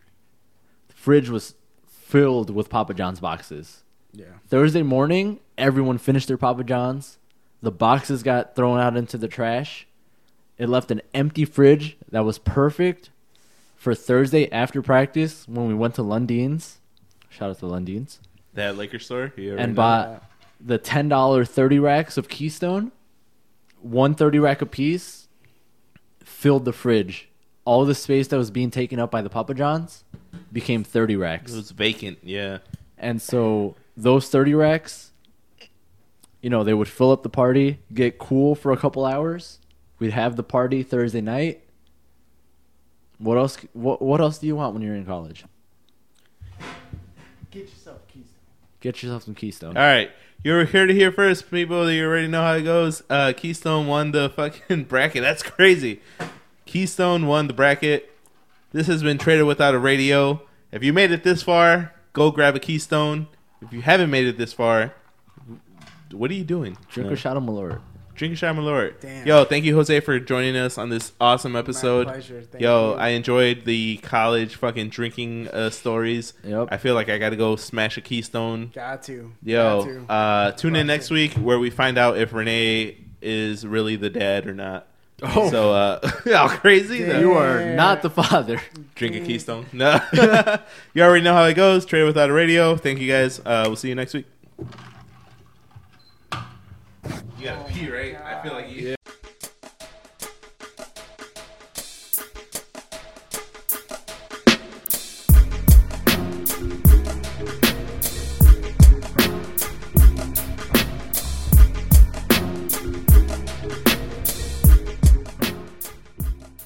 S2: the fridge was filled with Papa John's boxes.
S3: yeah.
S2: Thursday morning, everyone finished their Papa John's. The boxes got thrown out into the trash. It left an empty fridge that was perfect for Thursday after practice when we went to Lundine's. Shout out to Lundine's.
S1: That liquor store. You already
S2: And
S1: know.
S2: bought the $10 30 racks of Keystone, one 30 rack apiece, filled the fridge. All the space that was being taken up by the Papa John's became 30 racks.
S1: It was vacant. Yeah.
S2: And so those 30 racks, you know, they would fill up the party, get cool for a couple hours. We'd have the party Thursday night. What else what what else do you want when you're in college?
S3: Get yourself Keystone.
S2: Get yourself some Keystone.
S1: All right. You're here to hear first, people. You already know how it goes. Uh, Keystone won the fucking bracket. That's crazy. Keystone won the bracket. This has been Traded Without a Radio. If you made it this far, go grab a Keystone. If you haven't made it this far, what are you doing?
S2: Drink a shot of Malort.
S1: Drink a shot, my lord.
S3: Damn.
S1: Yo, thank you, Jose, for joining us on this awesome episode.
S3: pleasure. Thank
S1: Yo,
S3: you.
S1: I enjoyed the college fucking drinking uh, stories.
S2: Yep.
S1: I feel like I got to go smash a Keystone.
S3: Got to. Got
S1: Yo,
S3: to.
S1: uh, tune in
S3: Got
S1: next
S3: to.
S1: week where we find out if Renee is really the dad or not. Oh, so uh, how crazy
S3: Damn.
S1: that-
S2: You are not the father.
S1: Drink a Keystone. No, you already know how it goes. Trade without a radio. Thank you guys. Uh, we'll see you next week. You gotta pee, right?